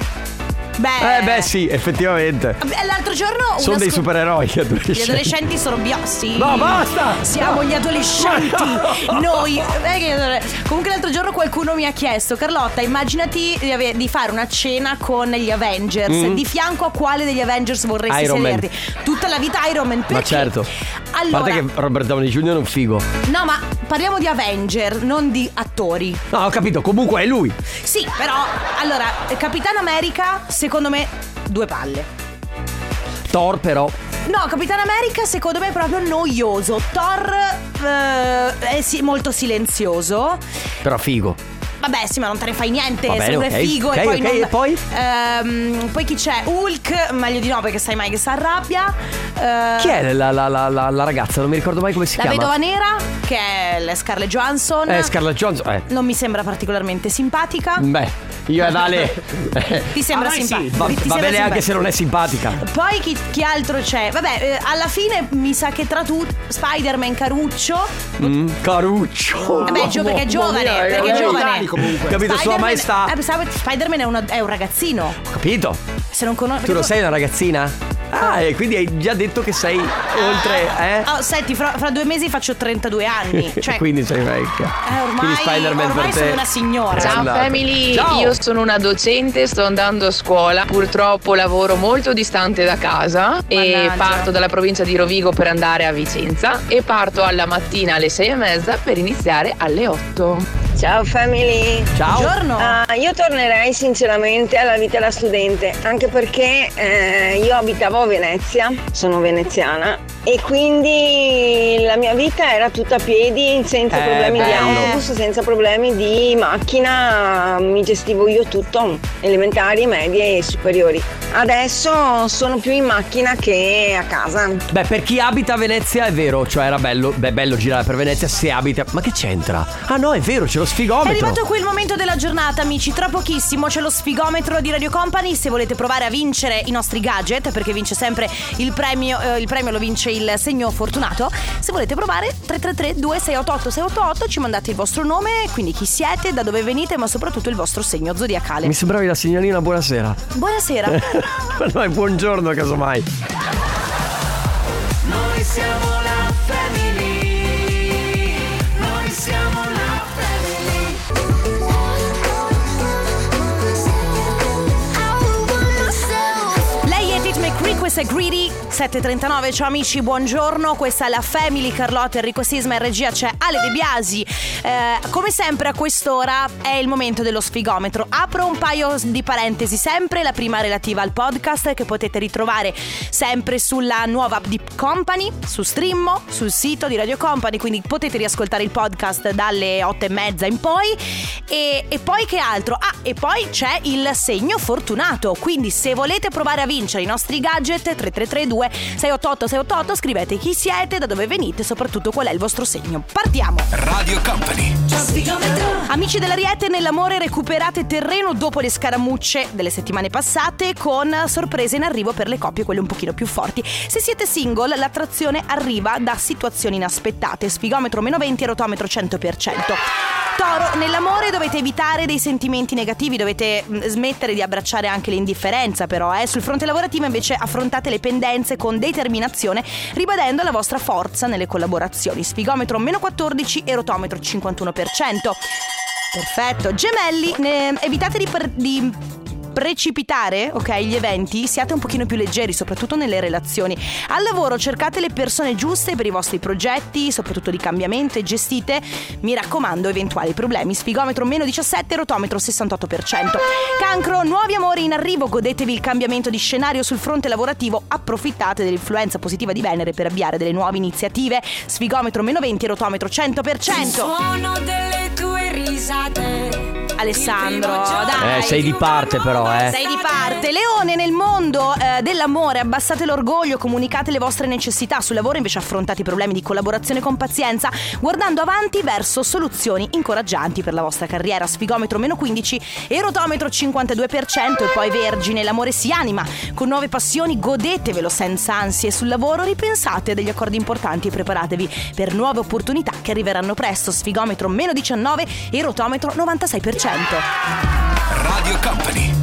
Beh.
Eh beh sì, effettivamente.
Beh, L'altro giorno
Sono
una
dei
scu-
supereroi gli
Gli
adolescenti.
adolescenti sono biossi.
No, basta!
Siamo
No.
gli adolescenti!
Ma no!
Noi. eh, che- Comunque l'altro giorno qualcuno mi ha chiesto, Carlotta, immaginati di, ave- di fare una cena con gli Avengers.
Mm.
Di fianco a quale degli Avengers vorresti
Iron Man.
sederti? Tutta la vita Iron Man. Perché?
Ma certo.
Allora-
A parte che Robert Downey Jr. è un figo.
No, ma parliamo di Avenger, non di attori.
No, ho capito, comunque è lui.
Sì, però. Allora, Capitano America, secondo me, due palle.
Thor però.
No, Capitan America secondo me è proprio noioso. Thor eh, è si- molto silenzioso.
Però figo.
Vabbè, sì, ma non te ne fai niente.
Va bene,
sempre
ok,
figo.
ok,
e poi
ok,
non-
e poi?
Ehm, poi chi c'è? Hulk, meglio di no perché sai mai che si arrabbia. Eh,
Chi è la, la- la- la- la ragazza? Non mi ricordo mai come si
La
chiama.
vedova nera, che è la Scarlett Johansson.
Eh, Scarlett Johnson. Eh.
non mi sembra particolarmente simpatica.
Beh, io ed Ale.
Ti sembra
Ah, vai, sì.
simpatica.
Va,
Ti
va
sembra
bene anche
simpatica.
se non è simpatica.
Poi chi, chi altro c'è? Vabbè, eh, alla fine mi sa che tra tutti Spider-Man Caruccio,
Mm, caruccio.
Vabbè, gio- perché è giovane, perché è giovane.
Capito, sua
Spider-Man-
maestà.
eh, sa- Spider-Man è, uno- è un ragazzino.
Capito?
Se non conosci.
Tu non sei una ragazzina? Ah, e quindi hai già detto che sei oltre, eh?
Oh, senti, fra, fra due mesi faccio 32 anni. Cioè,
quindi sei vecchia.
eh,
quindi Spider-Man per
ormai, ormai
te
sono una signora.
è andata. Esatto. Ciao.
io sono una docente, sto andando a scuola, purtroppo lavoro molto distante da casa e
Mannaggia.
parto dalla provincia di Rovigo per andare a Vicenza e parto alla mattina alle sei e mezza per iniziare alle 8.
Ciao family!
Ciao. Buongiorno.
Ah, io tornerei sinceramente alla vita da studente, anche perché eh, io abitavo a Venezia, sono veneziana, e quindi la mia vita era tutta a piedi, senza
Eh,
problemi di
bello.
autobus, senza problemi di macchina, mi gestivo io tutto, elementari, medie e superiori. Adesso sono più in macchina che a casa.
Beh, per chi abita a Venezia è vero, cioè era bello, beh, bello girare per Venezia se abita. Ma che c'entra? Ah no, è vero, c'è lo
È
sfigometro.
arrivato qui il momento della giornata, amici. Tra pochissimo c'è lo sfigometro di Radio Company. Se volete provare a vincere i nostri gadget, perché vince sempre il premio, eh, il premio lo vince il segno fortunato. Se volete provare, 333-2688-688, ci mandate il vostro nome, quindi chi siete, da dove venite, ma soprattutto il vostro segno zodiacale.
Mi sembravi la signorina buonasera.
Buonasera.
Ma no, è buongiorno casomai.
Noi siamo la family. Noi siamo la family.
Lei è Tit McCree, questa è Greedy 739, ciao amici, buongiorno, questa è la Family Carlotta, Enrico Sisma in regia c'è Ale De Biasi. Eh, come sempre a quest'ora è il momento dello sfigometro. Apro un paio di parentesi sempre, la prima relativa al podcast che potete ritrovare sempre sulla nuova app di Company, su Streammo, sul sito di Radio Company, quindi potete riascoltare il podcast dalle 8 e mezza in poi. E, e poi che altro? Ah, e poi c'è il segno fortunato. Quindi se volete provare a vincere i nostri gadget 3332 688 688 scrivete chi siete, da dove venite e soprattutto qual è il vostro segno. Partiamo!
Radio Company.
Amici dell'Ariete, nell'amore recuperate terreno dopo le scaramucce delle settimane passate con sorprese in arrivo per le coppie, quelle un pochino più forti. Se siete single, l'attrazione arriva da situazioni inaspettate. Sfigometro meno 20 e rotometro 100%. Toro, nell'amore dovete evitare dei sentimenti negativi, dovete mh, smettere di abbracciare anche l'indifferenza però. Eh. Sul fronte lavorativo invece affrontate le pendenze con determinazione, ribadendo la vostra forza nelle collaborazioni. Sfigometro meno 14 e rotometro 51%. Perfetto, gemelli, ne- evitate di, per- di precipitare, ok, gli eventi, siate un pochino più leggeri, soprattutto nelle relazioni. Al lavoro cercate le persone giuste per i vostri progetti, soprattutto di cambiamento e gestite, mi raccomando, eventuali problemi. Sfigometro meno 17, rotometro 68%. Cancro, nuovi amori in arrivo, godetevi il cambiamento di scenario sul fronte lavorativo, approfittate dell'influenza positiva di Venere per avviare delle nuove iniziative. Sfigometro meno 20, rotometro 100%.
delle tue risate.
Alessandro, dai.
Eh, sei di parte però, eh.
Sei di parte. Leone, nel mondo eh, dell'amore abbassate l'orgoglio, comunicate le vostre necessità. Sul lavoro invece affrontate i problemi di collaborazione con pazienza, guardando avanti verso soluzioni incoraggianti per la vostra carriera. Sfigometro meno 15, erotometro 52% e poi vergine, l'amore si anima. Con nuove passioni godetevelo senza ansie. Sul lavoro ripensate degli accordi importanti e preparatevi per nuove opportunità che arriveranno presto. Sfigometro meno 19, erotometro 96%.
Radio Company.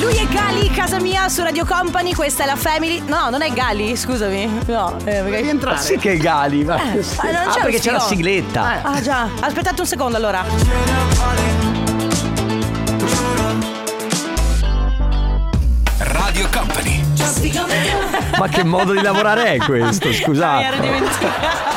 Lui è Gali, casa mia su Radio Company, questa è la Family. No, non è Gali, scusami. No, eh, perché
Ma Ah, sì che gali, ma...
Eh, ah, non
Ah,
c'è
perché
lo
c'è la
sfigo.
sigletta.
Ah già, aspettate un secondo allora.
Radio Company.
Ma che modo di lavorare è questo?
Ah, Mi ero
Scusate.
dimenticata.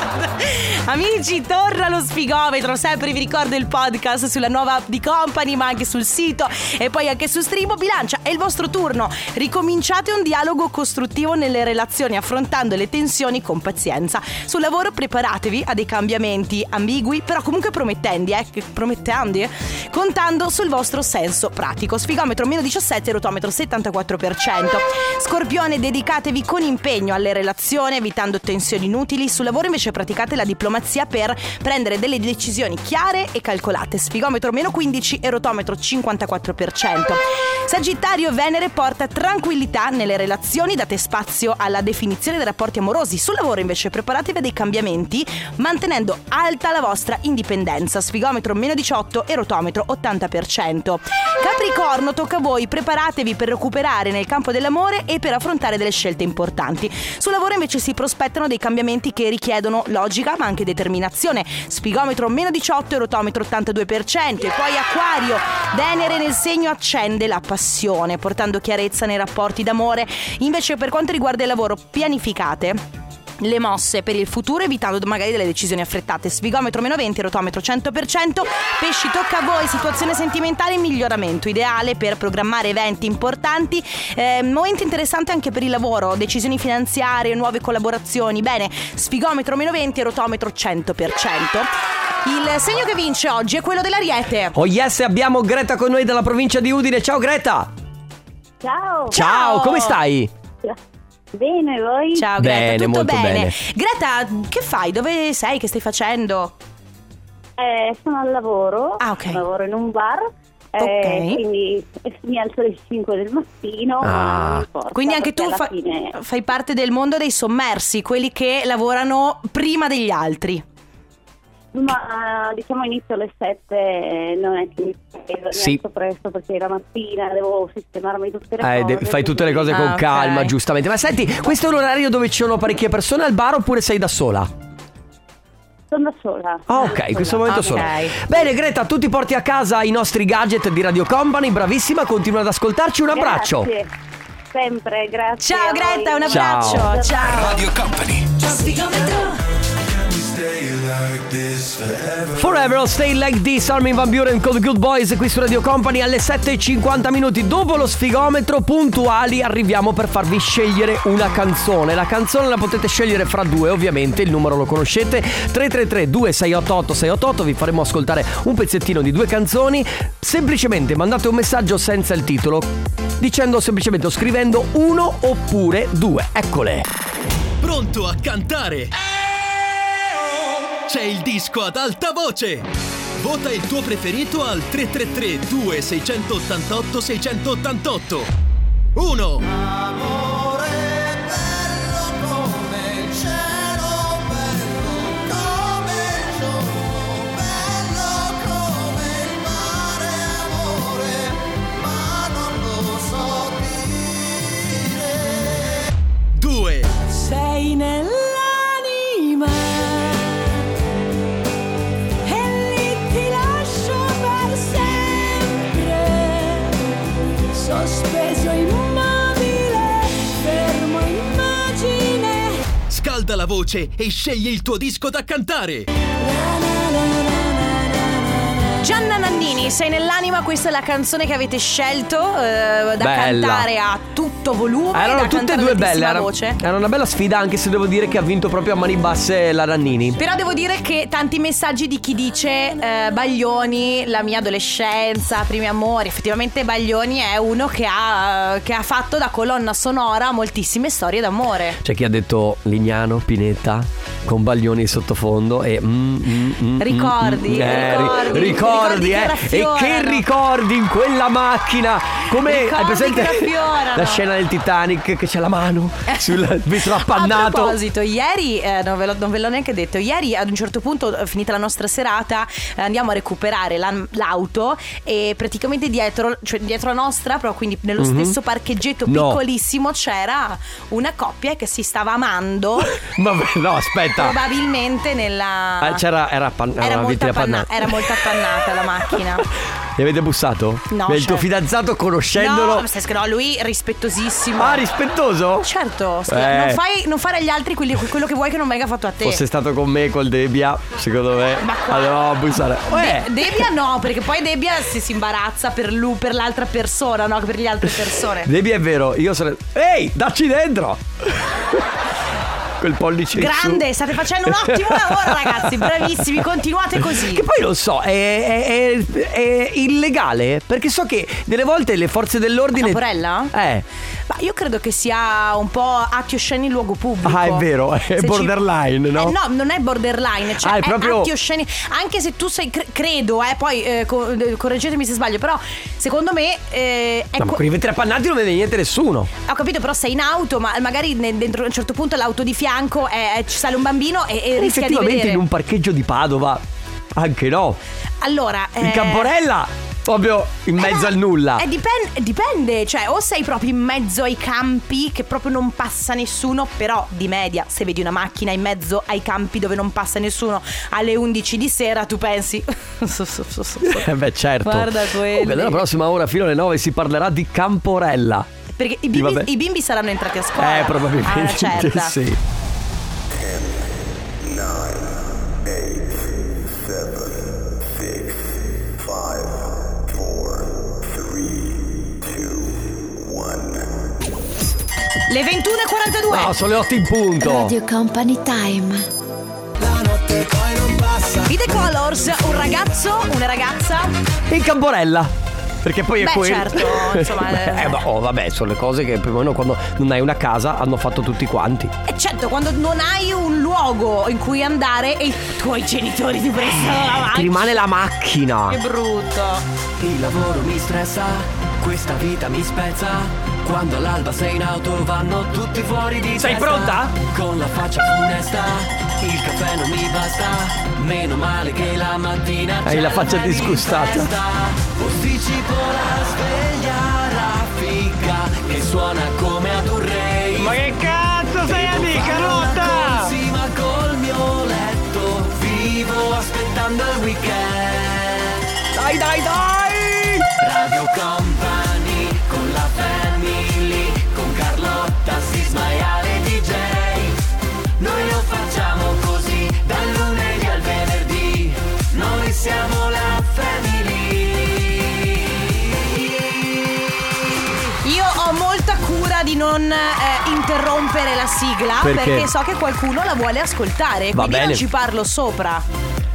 Amici, torna lo sfigometro. Sempre vi ricordo il podcast sulla nuova app di Company, ma anche sul sito e poi anche su Strimo. Bilancia, è il vostro turno. Ricominciate un dialogo costruttivo nelle relazioni, affrontando le tensioni con pazienza. Sul lavoro preparatevi a dei cambiamenti ambigui, però comunque promettenti, eh, che- promettandi, eh, contando sul vostro senso pratico. Sfigometro meno 17, rotometro 74%. Scorpione, dedicatevi con impegno alle relazioni, evitando tensioni inutili. Sul lavoro invece praticate la diplomazia per prendere delle decisioni chiare e calcolate. Sfigometro meno 15 e rotometro 54%. Sagittario, Venere porta tranquillità nelle relazioni, date spazio alla definizione dei rapporti amorosi. Sul lavoro invece preparatevi a dei cambiamenti, mantenendo alta la vostra indipendenza. Sfigometro meno 18 e rotometro 80%. Capricorno, tocca a voi, preparatevi per recuperare nel campo dell'amore e per affrontare delle scelte importanti. Sul lavoro invece si prospettano dei cambiamenti che richiedono logica ma anche determinazione. Spigometro meno 18 e rotometro 82%. E poi Acquario, Venere nel segno accende la passione, portando chiarezza nei rapporti d'amore. Invece per quanto riguarda il lavoro, pianificate le mosse per il futuro evitando magari delle decisioni affrettate sfigometro meno 20 rotometro 100% pesci tocca a voi situazione sentimentale in miglioramento ideale per programmare eventi importanti eh, momento interessante anche per il lavoro decisioni finanziarie nuove collaborazioni bene sfigometro meno 20 rotometro 100% il segno che vince oggi è quello dell'ariete
Oh yes, abbiamo Greta con noi dalla provincia di Udine. Ciao Greta!
Ciao.
Ciao, come stai?
Bene, voi?
ciao Greta
Bene,
tutto
molto bene.
Greta che fai dove sei che stai facendo Ah,
Eh, sono al lavoro. Lavoro in un bar. eh,
Ok.
Quindi eh, mi alzo alle 5 del mattino. ma
Ah.
non importa,
Quindi anche
perché
tu
alla
fa-
fine-
fai parte del mondo dei sommersi, quelli che lavorano prima degli altri.
Ma diciamo inizio alle 7, eh, non è che mi mi
Sì.
alzo presto perché la mattina devo sistemarmi tutte le
Eh,
cose.
de- fai tutte le cose con
Ah, ok.
calma, giustamente. Ma senti, questo è un orario dove ci sono parecchie persone al bar oppure sei da sola?
Sono da sola.
Ah, ok, in questo momento
Ok.
sono. Bene, Greta, tu ti porti a casa i nostri gadget di Radio Company, bravissima, continua ad ascoltarci, un abbraccio.
Grazie. Sempre, grazie.
Ciao
a voi.
Greta, un
Ciao.
abbraccio. Ciao. Radio Company.
Forever I'll Stay Like This, Armin Van Buren con Good Boys qui su Radio Company alle 7.50 minuti dopo lo sfigometro puntuali arriviamo per farvi scegliere una canzone. La canzone la potete scegliere fra due ovviamente, il numero lo conoscete 333 2688 688, vi faremo ascoltare un pezzettino di due canzoni, semplicemente mandate un messaggio senza il titolo dicendo semplicemente o scrivendo uno oppure due, eccole.
Pronto a cantare? C'è il disco ad alta voce! Vota il tuo preferito al 333 2688 688 1 2
Sei nell'anima e lì ti lascio per sempre.
la voce e scegli il tuo disco da cantare.
Gianna Nannini, sei nell'anima, questa è la canzone che avete scelto eh, da
Bella.
cantare a tutto volume.
Erano
da
tutte e
cantare
due
ad altissima
belle, era,
voce.
era una bella sfida anche se devo dire che ha vinto proprio a mani basse la Rannini.
Però devo dire che tanti messaggi di chi dice eh, Baglioni, la mia adolescenza, primi amori. Effettivamente Baglioni è uno che ha, che ha fatto da colonna sonora moltissime storie d'amore.
C'è chi ha detto Lignano, Pinetta, con Baglioni in sottofondo e... mm, mm, mm, mm,
Ricordi,
mm, eh, ri-
ricordi, ricordi
ricordi,
che
eh, e che
raffiorano.
ricordi in quella macchina, come
Ricordi
hai presente
che raffiorano.
la scena del Titanic che c'è la mano sul viso
A
appannato.
proposito, ieri, eh, non, ve l'ho, non ve l'ho neanche detto, ieri ad un certo punto, eh, finita la nostra serata, eh, andiamo a recuperare la- l'auto e praticamente dietro, cioè dietro la nostra, però quindi nello
Mhm.
stesso parcheggetto
No.
piccolissimo c'era una coppia che si stava amando,
Ma no, aspetta.
probabilmente nella...
Ah, c'era, era, appan-
era,
una
molto
vitrina
appanna-
appannata.
era molto appannata la macchina.
Gli avete bussato?
No,
Il tuo
certo.
fidanzato conoscendolo.
No, ma stai scherzando, no, lui rispettosissimo.
Ah, rispettoso?
Certo, scusa,
Eh.
non, fai- non fare agli altri quelli- quello che vuoi che non venga fatto a te.
fosse stato con me col Debia, secondo me.
Ma qua-
Andavamo a bussare.
De-
Uè,
Debbia no, perché poi Debbia si, si imbarazza per lui, per l'altra persona, no? Per le altre persone.
Debia è vero, io sono. Ehi, dacci dentro! Quel pollice. in su. Eh.
Grande, state facendo un ottimo lavoro, ragazzi. Bravissimi, continuate così.
Che poi lo so, è, è- è- è illegale? Perché so che delle volte le forze dell'ordine.
La porella?
Eh.
Ma io credo che sia un po' atti osceni in luogo pubblico.
Ah, è vero, è
Se ci-
borderline, no?
Eh, no, non è borderline, cioè
Ah, è
è,
proprio-
atti osceni. Anche se tu sei, cre- credo, eh, poi eh, co- eh, correggetemi se sbaglio, però secondo me eh, è
No, ma
co-
con i vetri appannati non vede niente nessuno.
Ho capito, però sei in auto, ma magari ne- dentro a un certo punto l'auto di fianco è- è- ci sale un bambino e, e rischia di
Effettivamente
vedere.
in un parcheggio di Padova. Anche no.
Allora,
In
eh,
Camporella, proprio in mezzo al nulla.
eh, dipen- dipende, cioè o sei proprio in mezzo ai campi che proprio non passa nessuno, però di media se vedi una macchina in mezzo ai campi dove non passa nessuno alle 11 di sera tu pensi...
Eh beh certo
Guarda quelli.
Comunque, nella prossima ora fino alle 9 si parlerà di Camporella
Perché i
Sì, vabbè.
bimbi, i bimbi saranno entrati a scuola.
Eh probabilmente
Ah, certa.
sì
Le 21.42.
No sono le 8 in punto
Company Time. I The Colors, un ragazzo, una ragazza.
In Camporella perché poi
Beh,
è quello
certo, insomma,
eh, ma- oh, vabbè sono le cose che più o meno quando non hai una casa hanno fatto tutti quanti
E certo, quando non hai un luogo in cui andare e i tuoi genitori ti prestano la
Ti
macchina.
rimane la macchina
Che brutto.
Il lavoro mi stressa, questa vita mi spezza. Quando all'alba sei in auto vanno tutti fuori di
Sei
testa.
pronta?
Con la faccia funesta, il caffè non mi basta. Meno male che la mattina
Hai
c'è
la faccia
baby in
disgustata.
festa. Posticipo la sveglia raffica che suona come ad un re. Ma che cazzo sei a di carotta? ma col mio letto vivo aspettando il weekend.
Dai, dai, dai!
Radio Company con la family, con Carlotta, Sisma e Ale DJ. Noi lo facciamo così, dal lunedì al venerdì. Noi siamo la family.
Io ho molta cura di non eh, interrompere la sigla
Perché?
so che qualcuno la vuole ascoltare.
Va
quindi
bene.
non ci parlo sopra.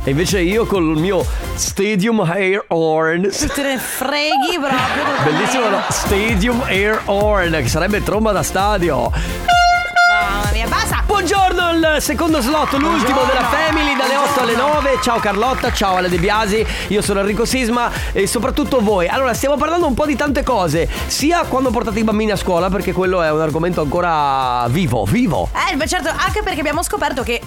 E invece io con il mio Stadium Air Horn
Tu te ne freghi proprio.
Bellissimo no? Stadium Air Horn Che sarebbe tromba da stadio
Mamma mia, basta.
Buongiorno, il secondo slot, l'ultimo
Buongiorno.
della Family dalle 8 alle 9. Ciao Carlotta, ciao Ale De Biasi, io sono Enrico Sisma e soprattutto voi. Allora, stiamo parlando un po' di tante cose, sia quando portate i bambini a scuola, perché quello è un argomento ancora vivo, vivo.
Eh, beh certo, anche perché abbiamo scoperto che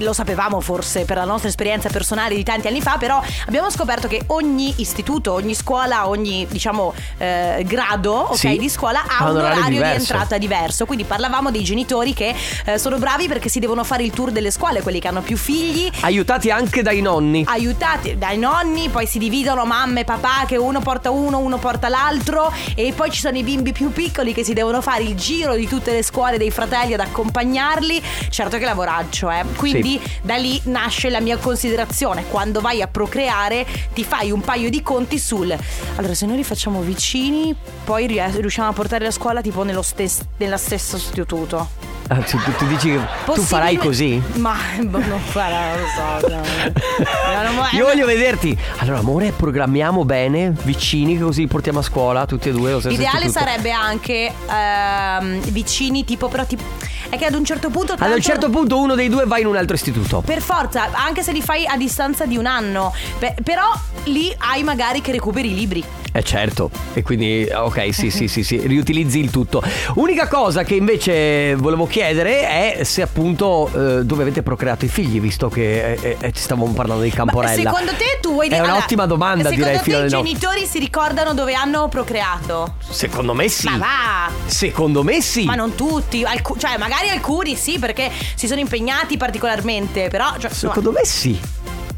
lo sapevamo forse per la nostra esperienza personale di tanti anni fa, però abbiamo scoperto che ogni istituto, ogni scuola, ogni diciamo eh, grado ok,
Sì.
di scuola ha un orario, di
diverso.
entrata diverso. Quindi parlavamo dei genitori che eh, sono bravi perché si devono fare il tour delle scuole, quelli che hanno più figli,
Aiutati anche dai nonni.
aiutati dai nonni, poi si dividono mamme e papà che uno porta uno, uno porta l'altro e poi ci sono i bimbi più piccoli che si devono fare il giro di tutte le scuole dei fratelli ad accompagnarli. Certo che lavoraccio, eh. Quindi da lì nasce la mia considerazione. Quando vai a procreare ti fai un paio di conti sul allora se noi li facciamo vicini, poi ries- riusciamo a portarli a scuola tipo nello stes- nella stessa istituto.
Ah, tu, tu- tu dici che tu
Possibilmente-
farai così?
Ma boh, non farà, lo so. no. Ma non-
Io voglio vederti. Allora, amore, programmiamo bene, vicini, così li portiamo a scuola tutti e due. Lo stesso
L'ideale
istituto.
sarebbe anche ehm, vicini, tipo, però ti- è che ad un certo punto.
Ad un
tanto-
certo punto uno dei due va in un altro istituto.
Per forza, anche se li fai a distanza di un anno, Pe- però lì hai magari che recuperi i libri.
Eh certo, e quindi ok, sì, sì, sì, sì, riutilizzi il tutto. Unica cosa che invece volevo chiedere è se appunto eh, dove avete procreato i figli, visto che eh, eh, stavamo parlando di Camporella.
Secondo te tu vuoi
È
dire.
un'ottima domanda,
secondo
direi, fino
te i
alle nove.
genitori si ricordano dove hanno procreato?
Secondo me sì.
Ma va!
Secondo me sì.
Ma non tutti, alcu- cioè magari alcuni sì perché si sono impegnati particolarmente, però cioè, insomma,
Secondo me sì.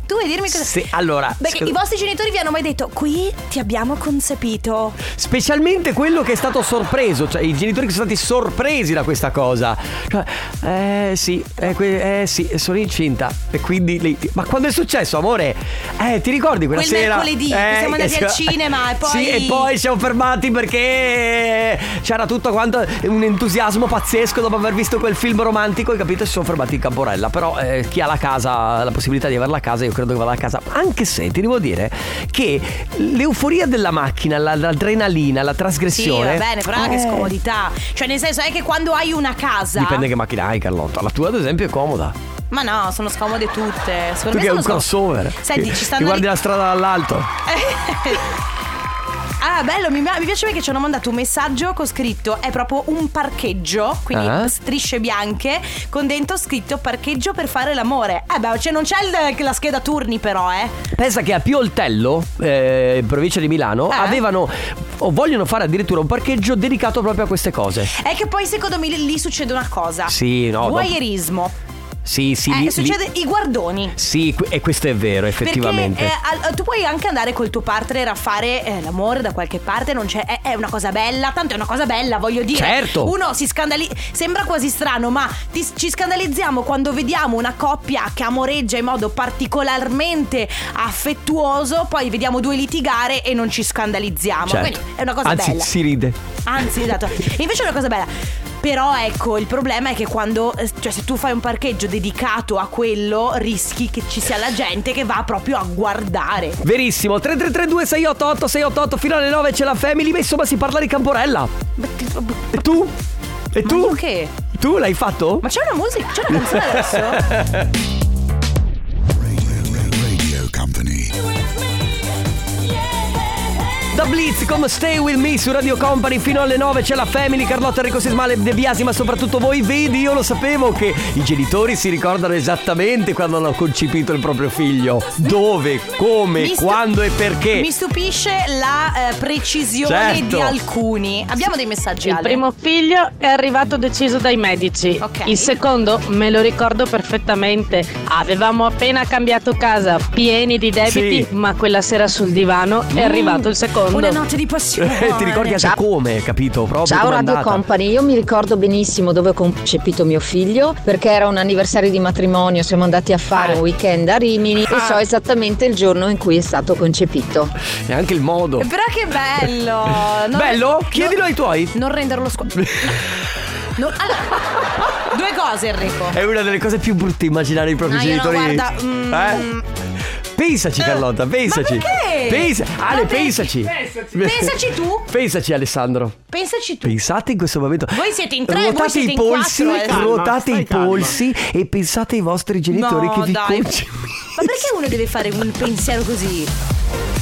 tu vuoi dirmi cosa...
Se- allora,
Perché
secondo-
i vostri genitori vi hanno mai detto qui ti abbiamo concepito.
Specialmente quello che è stato sorpreso, cioè i genitori che sono stati sorpresi da questa cosa. Cioè, Eh sì, eh, que- eh, sì, sono incinta. E quindi lei- Ma quando è successo, amore? Eh, ti ricordi quella
Quel
sera?
mercoledì che
Eh,
siamo andati
che
al
siamo-
cinema e poi-
Sì, e poi siamo fermati perché c'era tutto quanto un entusiasmo pazzesco dopo aver visto quel film romantico, hai capito? E Si sono fermati in Camporella. Però eh, chi ha la casa, la possibilità di averla a casa, io credo che vada a casa. Anche se ti devo dire che l'euforia della macchina, la- l'adrenalina, la
Sì,
trasgressione.
va bene, però che
eh,
scomodità. Cioè, nel senso è che quando hai una casa.
Dipende che macchina hai, Carlotta. La tua, ad esempio, è comoda.
Ma no, sono scomode tutte. Secondo
Tu
me
che hai
sono
un
scom-
crossover.
Senti,
che-
ci
che
stanno.
guardi la strada dall'alto.
Ah, bello, mi, mi piace perché ci hanno mandato un messaggio con scritto è proprio un parcheggio, quindi
Ah.
strisce bianche, con dentro scritto parcheggio per fare l'amore. Eh beh, cioè non c'è il- la scheda turni però, eh.
Pensa che a Pioltello, eh, in provincia di Milano, avevano o vogliono fare addirittura un parcheggio dedicato proprio a queste cose.
È che poi secondo me lì succede una cosa.
Sì, no, dopo-
Voyeurismo.
Sì, sì,
Eh,
lì-
succede
lì-
i guardoni.
Sì, que- e questo è vero, effettivamente.
Perché eh, al- tu puoi anche andare col tuo partner a fare eh, l'amore da qualche parte, non c'è, è, è una cosa bella, tanto è una cosa bella, voglio dire.
Certo.
Uno si scandalizza, sembra quasi strano, ma ti- ci scandalizziamo quando vediamo una coppia che amoreggia in modo particolarmente affettuoso, poi vediamo due litigare e non ci scandalizziamo.
Certo.
Quindi è una cosa
Anzi,
bella.
si ride.
Anzi, esatto. Invece è una cosa bella. Però ecco, il problema è che quando, eh, cioè se tu fai un parcheggio dedicato a quello, rischi che ci sia la gente che va proprio a guardare.
Verissimo, 3332 688 688 fino alle 9 c'è la family, ma insomma si parla di Camporella. E tu? E tu?
che?
Tu l'hai fatto?
Ma c'è una musica, c'è una canzone adesso?
Radio Company.
Da Blitz con Stay With Me su Radio Company fino alle 9 c'è la Family, Carlotta, Enrico Sismale, De Biasi, ma soprattutto voi, vedi, io lo sapevo che i genitori si ricordano esattamente quando hanno concepito il proprio figlio, dove, come,
Mi stu-
quando e perché.
Mi stupisce la eh, precisione
Certo.
di alcuni. Abbiamo dei messaggi
Il
Ale?
primo figlio è arrivato deciso dai medici. Il secondo me lo ricordo perfettamente. Avevamo appena cambiato casa, pieni di debiti,
Sì.
ma quella sera sul divano è
Mm.
arrivato il secondo.
Una notte di passione.
Eh, ti ricordi anche come, capito? Proprio
Ciao
com'è
Radio
andata.
Company, io mi ricordo benissimo dove ho concepito mio figlio perché era un anniversario di matrimonio, siamo andati a fare un
Eh.
weekend a Rimini e
Ah.
so esattamente il giorno in cui è stato concepito.
E anche il modo.
Però che bello! Non-
Bello? Chiedilo ai tuoi.
Non renderlo scomodo. No, allora, due cose Enrico.
È una delle cose più brutte immaginare Eh, i propri
No, io no,
genitori.
guarda, mm.
eh? Pensaci, Carlotta, pensaci.
perché?
Pensa-
Ma
Ale,
perché?
pensaci.
Pensaci. Pensaci tu.
Pensaci, Alessandro.
Pensaci tu.
Pensate in questo momento.
Voi siete in tre, voi
ruotate
siete
i
in
polsi,
quattro, eh. Stai calma,
ruotate i polsi e pensate ai vostri genitori
No,
che vi
dai.
conce-
Ma perché uno deve fare un pensiero così?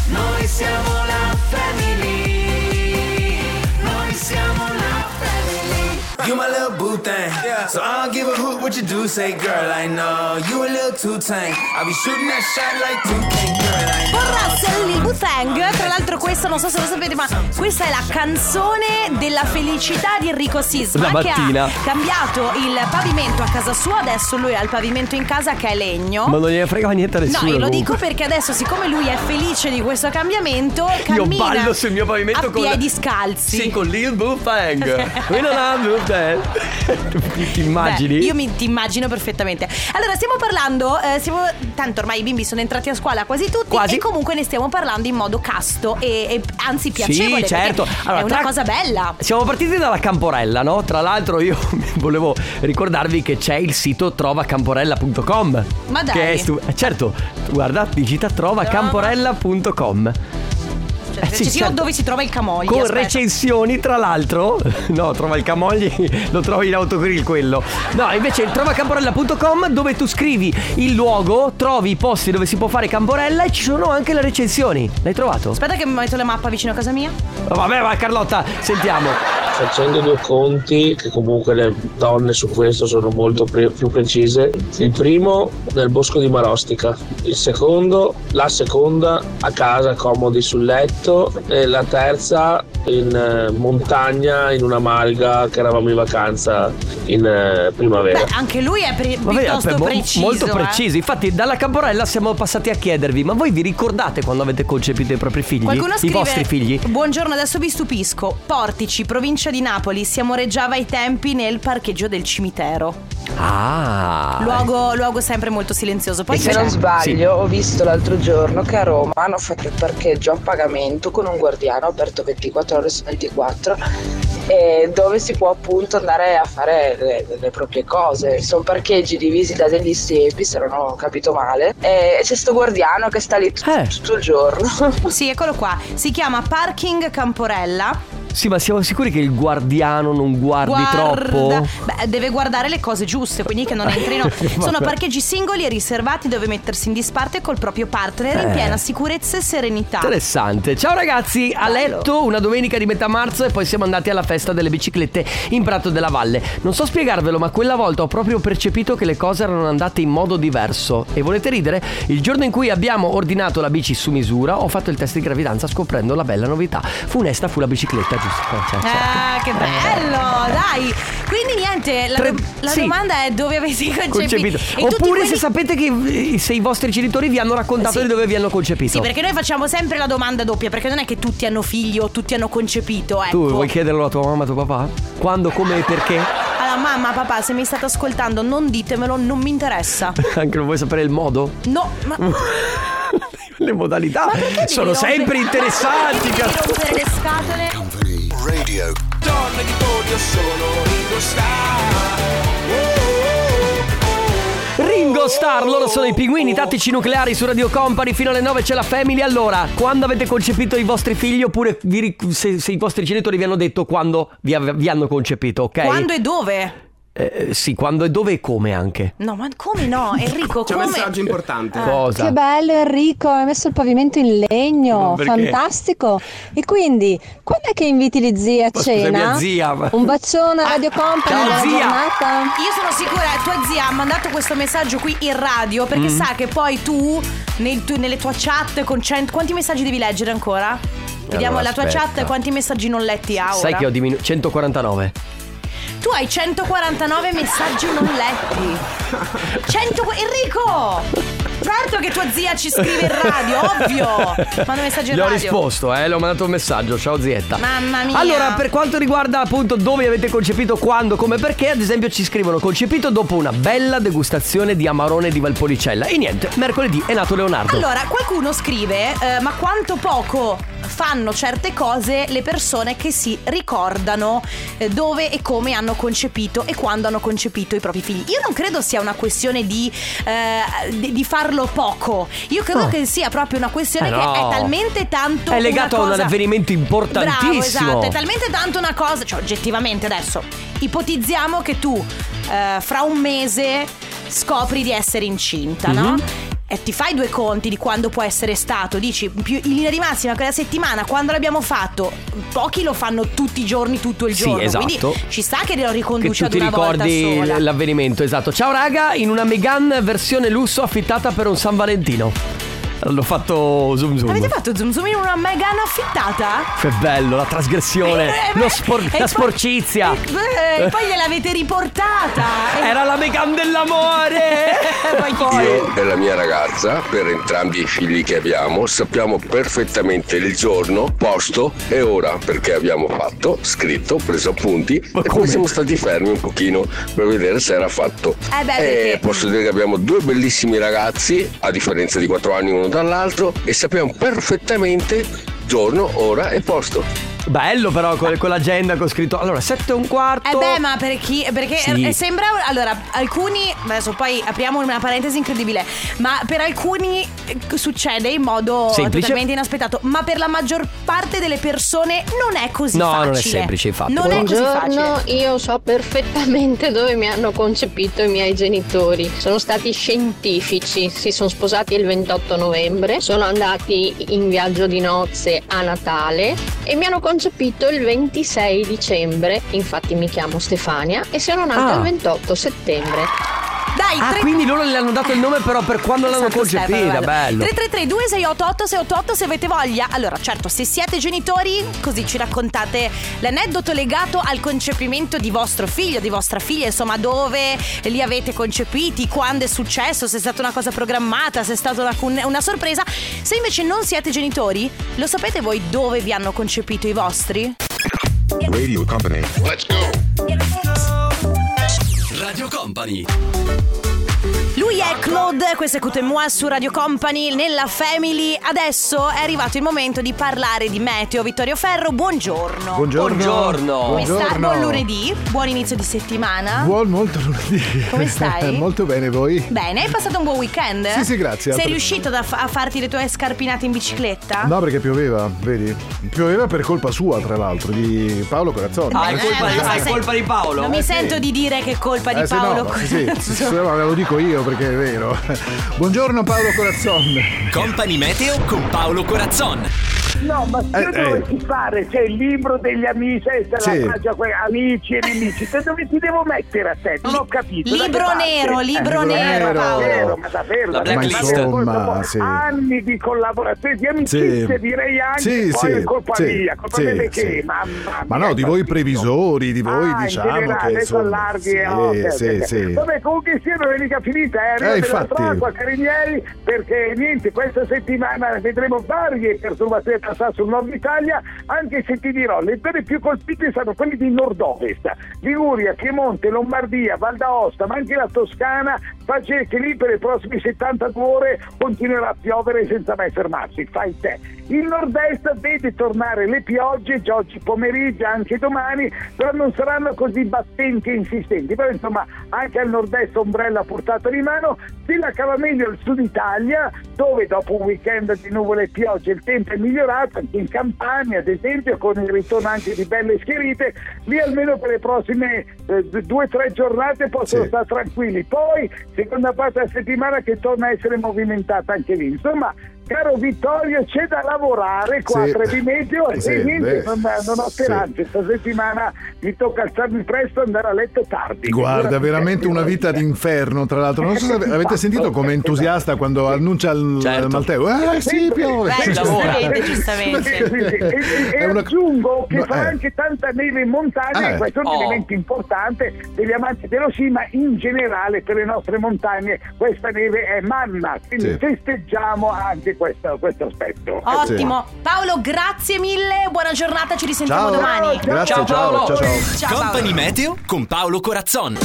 Noi siamo la family. Noi siamo la family.
You my little boo thing. So I don't give a hoot what you do, say girl. I know you a little too tame. I be shooting that shot like 2K, girl. I know.
Russell il Wu-Tang Tra l'altro questa non so se lo sapete ma Questa è la canzone della felicità di Enrico Sisma
La
Che
mattina.
ha cambiato il pavimento a casa sua Adesso lui ha il pavimento in casa che è legno
Ma non gliene frega niente a nessuno.
Oh. No, io lo
comunque.
dico perché adesso, siccome lui è felice di questo cambiamento,
Io
cammina
ballo sul mio pavimento
a
con
piedi scalzi.
Sì, con Lil Bufang. We non have Bufang. Ti- Ti immagini?
Beh, io mi ti immagino perfettamente. Allora, stiamo parlando, eh, stiamo- tanto ormai i bimbi sono entrati a scuola quasi tutti e comunque ne stiamo parlando in modo casto e, e anzi piacevole.
Sì, certo.
perché
Allora,
è una
tra-
cosa bella.
Siamo partiti dalla Camporella, no? Tra l'altro io volevo ricordarvi che c'è il sito trovacamporella.com.
Ma dai.
Che è stu- eh, certo, guarda, digita trovacamporella.com.
Cioè,
Eh, sì,
ci-
certo.
dove si trova il camoglia.
Con
aspetta.
recensioni, tra l'altro. No, trova il Camogli, lo trovi in autogrill quello. No, invece il trovacamporella.com dove tu scrivi il luogo, trovi i posti dove si può fare camporella e ci sono anche le recensioni. L'hai trovato?
Aspetta che mi metto la mappa vicino a casa mia.
Vabbè, ma Carlotta, sentiamo.
Facendo due conti, che comunque le donne su questo sono molto pre- più precise, il primo nel bosco di Marostica, il secondo, la seconda a casa comodi sul letto e la terza in eh, montagna in una malga che eravamo in vacanza in eh, primavera.
Anche lui è pre-
Vabbè,
piuttosto
beh, mo-
preciso.
molto
eh.
preciso. Infatti, dalla Camporella siamo passati a chiedervi: ma voi vi ricordate quando avete concepito i propri figli?
Qualcuno
I
scrive
vostri figli?
Buongiorno, adesso vi stupisco. Portici, provincia di Napoli, si amoreggiava ai tempi nel parcheggio del cimitero.
Ah,
Luogo, luogo sempre molto silenzioso. Poi
E se
c'è-
non sbaglio, ho visto l'altro giorno che a Roma hanno fatto il parcheggio a pagamento con un guardiano aperto 24 ore su 24 eh, dove si può appunto andare a fare le, le proprie cose. Sono parcheggi divisi da degli siepi, se non ho capito male, e c'è sto guardiano che sta lì
Eh.
tut- tutto il giorno.
Sì, eccolo qua. Si chiama Parking Camporella.
Sì, ma siamo sicuri che il guardiano non guardi
Guarda-
troppo?
Beh, deve guardare le cose giuste, quindi che non entrino. Sono
Vabbè.
parcheggi singoli e riservati dove mettersi in disparte col proprio partner in
Eh.
piena sicurezza e serenità.
Interessante. Ciao ragazzi, a letto una domenica di metà marzo e poi siamo andati alla festa delle biciclette in Prato della Valle. Non so spiegarvelo, ma quella volta ho proprio percepito che le cose erano andate in modo diverso. E volete ridere? Il giorno in cui abbiamo ordinato la bici su misura, ho fatto il test di gravidanza scoprendo la bella novità. Funesta fu la bicicletta, giusto? Cioè, cioè.
Ah, che bello, dai. Quindi niente, la, do- la
sì.
domanda è dove avete Eh, concepito.
Concepito.
E tutti
Oppure
quelli- Eh
se sapete che eh, se i vostri genitori vi hanno raccontato
Sì.
di dove vi hanno concepito.
Sì, perché noi facciamo sempre la domanda doppia, perché non è che tutti hanno figli o tutti hanno concepito, ecco.
Tu vuoi chiederlo a tua mamma, a tuo papà? Quando, come e perché?
Allora, mamma, papà, se mi state ascoltando, non ditemelo, non mi interessa.
Anche non vuoi sapere il modo?
No, ma
Le modalità sono
rompere-
sempre interessanti. cazzo.
per le scatole.
Radio.
Donne di podio sono Ringo
Ringo Star, loro sono i pinguini tattici nucleari su Radio Company. Fino alle 9 c'è la family. Allora, quando avete concepito i vostri figli, oppure vi ric- se, se i vostri genitori vi hanno detto quando vi, av- vi hanno concepito, ok?
Quando e dove?
Eh, sì, quando e dove e come anche.
No, ma come no, Enrico,
C'è un
come?
messaggio importante.
Ah.
Cosa?
Che bello Enrico, hai messo il pavimento in legno,
Perché?
fantastico. E quindi, quando è che inviti le zie a
Ma scusa,
cena?
mia zia, ma-
Un bacione a Radio Company,
Ciao,
buona
zia.
giornata.
Ah, Io sono sicura, tua zia ha mandato questo messaggio qui in radio perché
Mm.
sa che poi tu, nel tu- nelle tue chat con cento- quanti messaggi devi leggere ancora? Vediamo la tua
aspetta.
chat quanti messaggi non letti ha ora.
Sai che ho diminuito 149.
Tu hai 149 messaggi non letti. 100 Enrico! Certo che tua zia ci scrive in radio, ovvio! Manda messaggi in
Gli ho
radio.
risposto, eh, le ho mandato un messaggio. Ciao zietta.
Mamma mia.
Allora, per quanto riguarda appunto dove avete concepito, quando, come, perché, ad esempio ci scrivono concepito dopo una bella degustazione di amarone di Valpolicella. E niente, mercoledì è nato Leonardo.
Allora, qualcuno scrive, eh, ma quanto poco fanno certe cose le persone che si ricordano eh, dove e come hanno concepito e quando hanno concepito i propri figli. Io non credo sia una questione di, eh, di, di farlo poco, io credo
Ah.
che sia proprio una questione
Eh
che
no.
è talmente tanto...
è legato
una
a un
cosa-
avvenimento importantissimo.
Bravo, esatto, è talmente tanto una cosa, cioè oggettivamente adesso, ipotizziamo che tu eh, fra un mese scopri di essere incinta, no?
Mhm.
eh, ti fai due conti di quando può essere stato, dici più, in linea di massima quella settimana, quando l'abbiamo fatto, pochi lo fanno tutti i giorni, tutto il
Sì,
giorno.
esatto.
Quindi ci sta che lo
Che
riconduci
tu
ad
ti
una volta
ricordi
sola.
l- l'avvenimento, esatto. Ciao raga, in una Megan versione lusso affittata per un San Valentino. L'ho fatto zoom zoom.
Avete fatto zoom zoom in una Megan affittata?
Che bello, la trasgressione, lo spor- la sporcizia.
Eh, poi gliel'avete riportata. Eh,
Era la Megan dell'amore.
poi chi-
Io e la mia ragazza, per entrambi i figli che abbiamo, sappiamo perfettamente il giorno, posto e ora perché abbiamo fatto, scritto, preso appunti e poi siamo stati fermi un pochino per vedere se era fatto.
Eh beh,
E
perché-
posso dire che abbiamo due bellissimi ragazzi, a differenza di quattro anni uno dall'altro, e sappiamo perfettamente giorno, ora e posto.
Bello però con, con l'agenda che ho scritto. Allora, 7 e un quarto.
Eh beh, ma per chi? Perché
Sì.
eh, sembra. Allora, alcuni. Adesso poi apriamo una parentesi incredibile. Ma per alcuni eh, succede in modo
Semplice.
totalmente inaspettato. Ma per la maggior parte delle persone non è così
No, non
facile.
è semplice, infatti.
Non è così facile.
Buongiorno, io so perfettamente dove mi hanno concepito i miei genitori. Sono stati scientifici, si sono sposati il 28 novembre, sono andati in viaggio di nozze a Natale e mi hanno concepito il 26 dicembre, infatti mi chiamo Stefania, e sono nata
Ah.
il 28 settembre.
Dai, Esatto,
Ah, quindi loro le hanno dato il nome però per quando l'hanno concepita, bello.
333 2688 688 se avete voglia. Allora, certo, se siete genitori, così ci raccontate l'aneddoto legato al concepimento di vostro figlio, di vostra figlia, insomma, dove li avete concepiti, quando è successo, se è stata una cosa programmata, se è stata una, un- una sorpresa. Se invece non siete genitori, lo sapete voi dove vi hanno concepito i vostri?
Radio Company. Let's go.
Radio Company.
Lui è Claude, questo è Cute Moi su Radio Company, nella Family. Adesso è arrivato il momento di parlare di meteo. Vittorio Ferro, buongiorno.
Buongiorno. Buongiorno.
Come sta?
Buongiorno.
Buon lunedì, buon inizio di settimana.
Buon molto lunedì.
Come stai?
molto bene voi.
Bene, hai passato un buon weekend?
Sì, sì, grazie.
Sei
Per-
riuscito ad aff- a farti le tue scarpinate in bicicletta?
No, perché pioveva, vedi? Pioveva per colpa sua, tra l'altro, di Paolo Corazzoni.
Ah, è colpa, di- ah, è colpa di Paolo?
Non mi sento di dire che è colpa di
Eh, se
Paolo.
no, sì, sì,
Corazzo.
sì, ma ve lo dico io perché è vero. Buongiorno Paolo Corazzon.
Company Meteo con Paolo Corazzon.
No, ma te
Eh,
dovessi fare c'è il libro degli amici e se
Sì.
la faccia que- amici e nemici, te dove ti devo mettere a te? Non ho capito. da che
libro
parte?
nero, libro
Eh,
nero, Paolo.
Vero, ma davvero,
La
davvero.
Ma blacklist. insomma, sì.
anni di collaborazione, di amicizie,
Sì.
direi anche
Sì,
poi
sì,
è colpa
sì,
mia, colpa
sì,
delle
sì.
che, mamma
Ma no, di voi previsori, di
Ah,
voi
in
diciamo
generale,
che
adesso
insomma,
allarghi,
sì,
eh, ok,
sì,
ok, ok.
sì.
Vabbè, comunque sia non è mica finita, eh. arriva
Eh,
della
infatti.
Franco, Carinieri, perché niente, questa settimana vedremo varie perturbazioni passare sul nord Italia, anche se ti dirò, le zone più colpite sono quelle di nord-ovest, Liguria, Piemonte, Lombardia, Val d'Aosta, ma anche la Toscana, facile che lì per le prossime 72 ore continuerà a piovere senza mai fermarsi, fai te. Il nord-est vede tornare le piogge già oggi pomeriggio, anche domani, però non saranno così battenti e insistenti. Però insomma anche al nord-est ombrella a portata di mano, se la cava meglio il sud Italia, dove dopo un weekend di nuvole e piogge il tempo è migliorato, anche in Campania ad esempio, con il ritorno anche di belle schierite, lì almeno per le prossime eh, d- due o tre giornate possono stare tranquilli. Poi seconda parte della settimana che torna a essere movimentata anche lì. Insomma, caro Vittorio, c'è da lavorare qua
Sì.
a Trevi Meteo
Sì,
e niente,
beh,
non, non ho
sì.
speranze. Questa settimana mi tocca alzarmi presto e andare a letto tardi.
Guarda, veramente una vita d'inferno, tra l'altro. Non so se ave- avete sentito come entusiasta quando annuncia il il Matteo. Ah, sì, piove.
Beh, giustamente,
giustamente.
e, e- e
È una-
aggiungo che
No,
fa
eh.
anche tanta neve in montagna
Eh.
e questo è un
Oh.
elemento importante degli amanti dello sci ma in generale per le nostre montagne questa neve è manna quindi
Sì.
festeggiamo anche questo, questo aspetto
Ottimo. Paolo, grazie mille, buona giornata, ci risentiamo
Ciao.
domani.
Grazie, Ciao, ciao, Paolo. ciao, ciao.
Ciao, Paolo.
Company Meteo con Paolo Corazzon.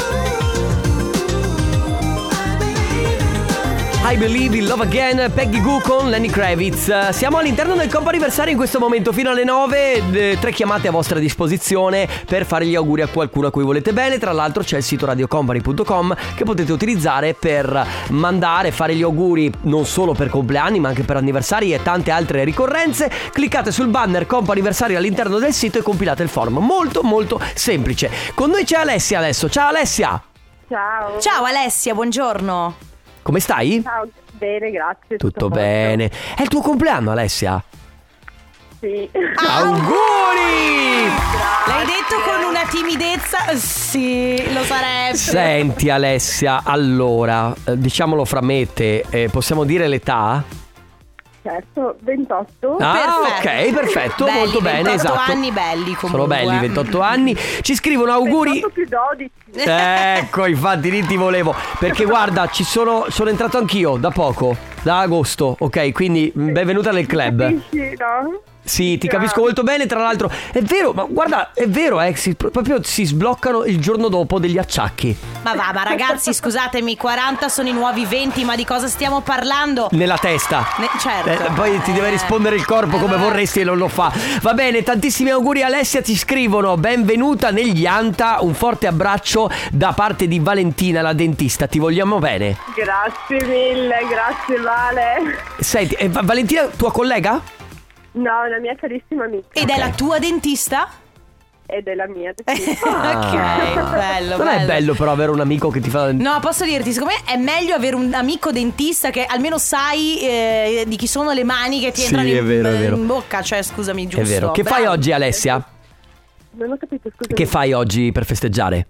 I Believe in Love Again, Peggy Goo con Lenny Kravitz. Siamo all'interno del compo anniversario in questo momento fino alle 9. eh, Tre chiamate a vostra disposizione per fare gli auguri a qualcuno a cui volete bene. Tra l'altro c'è il sito radiocompany.com che potete utilizzare per mandare, fare gli auguri non solo per compleanni ma anche per anniversari e tante altre ricorrenze. Cliccate sul banner compo anniversario all'interno del sito e compilate il form. Molto molto semplice. Con noi c'è Alessia adesso. Ciao Alessia!
Ciao Alessia, buongiorno.
Come stai?
Ciao, bene, grazie.
Tutto bene. È il tuo compleanno, Alessia?
Sì.
Auguri!
L'hai detto con una timidezza? Sì, lo sarebbe.
Senti, Alessia, allora, eh, diciamolo fra me e te, eh, possiamo dire l'età?
Certo, 28.
Ah, ok, perfetto,
Oh, Belli,
molto bene,
28
esatto.
anni belli comunque.
Sono belli, 28 anni. Ci scrivono auguri.
28 più 12.
Ecco, infatti lì ti volevo. Perché guarda, ci sono, sono entrato anch'io da poco, da agosto, ok? Quindi mh, benvenuta nel club.
Capisci, no?
Sì, ti capisco molto bene, tra l'altro è vero, ma guarda, è vero, eh, si- proprio si sbloccano il giorno dopo degli acciacchi.
Ma va, ma ragazzi, scusatemi, 40 sono i nuovi 20, ma di cosa stiamo parlando?
Nella testa.
Ne- certo.
Eh, poi ti deve
Eh.
rispondere il corpo come vorresti e non lo fa. Va bene, tantissimi auguri Alessia, ti scrivono benvenuta negli Anta, un forte abbraccio da parte di Valentina, la dentista, ti vogliamo bene.
Grazie mille, grazie Vale.
Senti, eh, Va- Valentina, tua collega?
No, è una mia carissima amica.
Ed è la tua dentista?
Ed è la mia. sì.
ok, bello,
Ah. Non è
bello.
bello però avere un amico che ti fa...
No, posso dirti, secondo me è meglio avere un amico dentista che almeno sai eh, di chi sono le mani che ti
Sì,
entrano
è
in,
vero, è
in
vero.
bocca, cioè scusami, giusto.
È vero. Che fai
Bravo.
oggi Alessia?
Non ho capito, scusa.
Che fai oggi per festeggiare?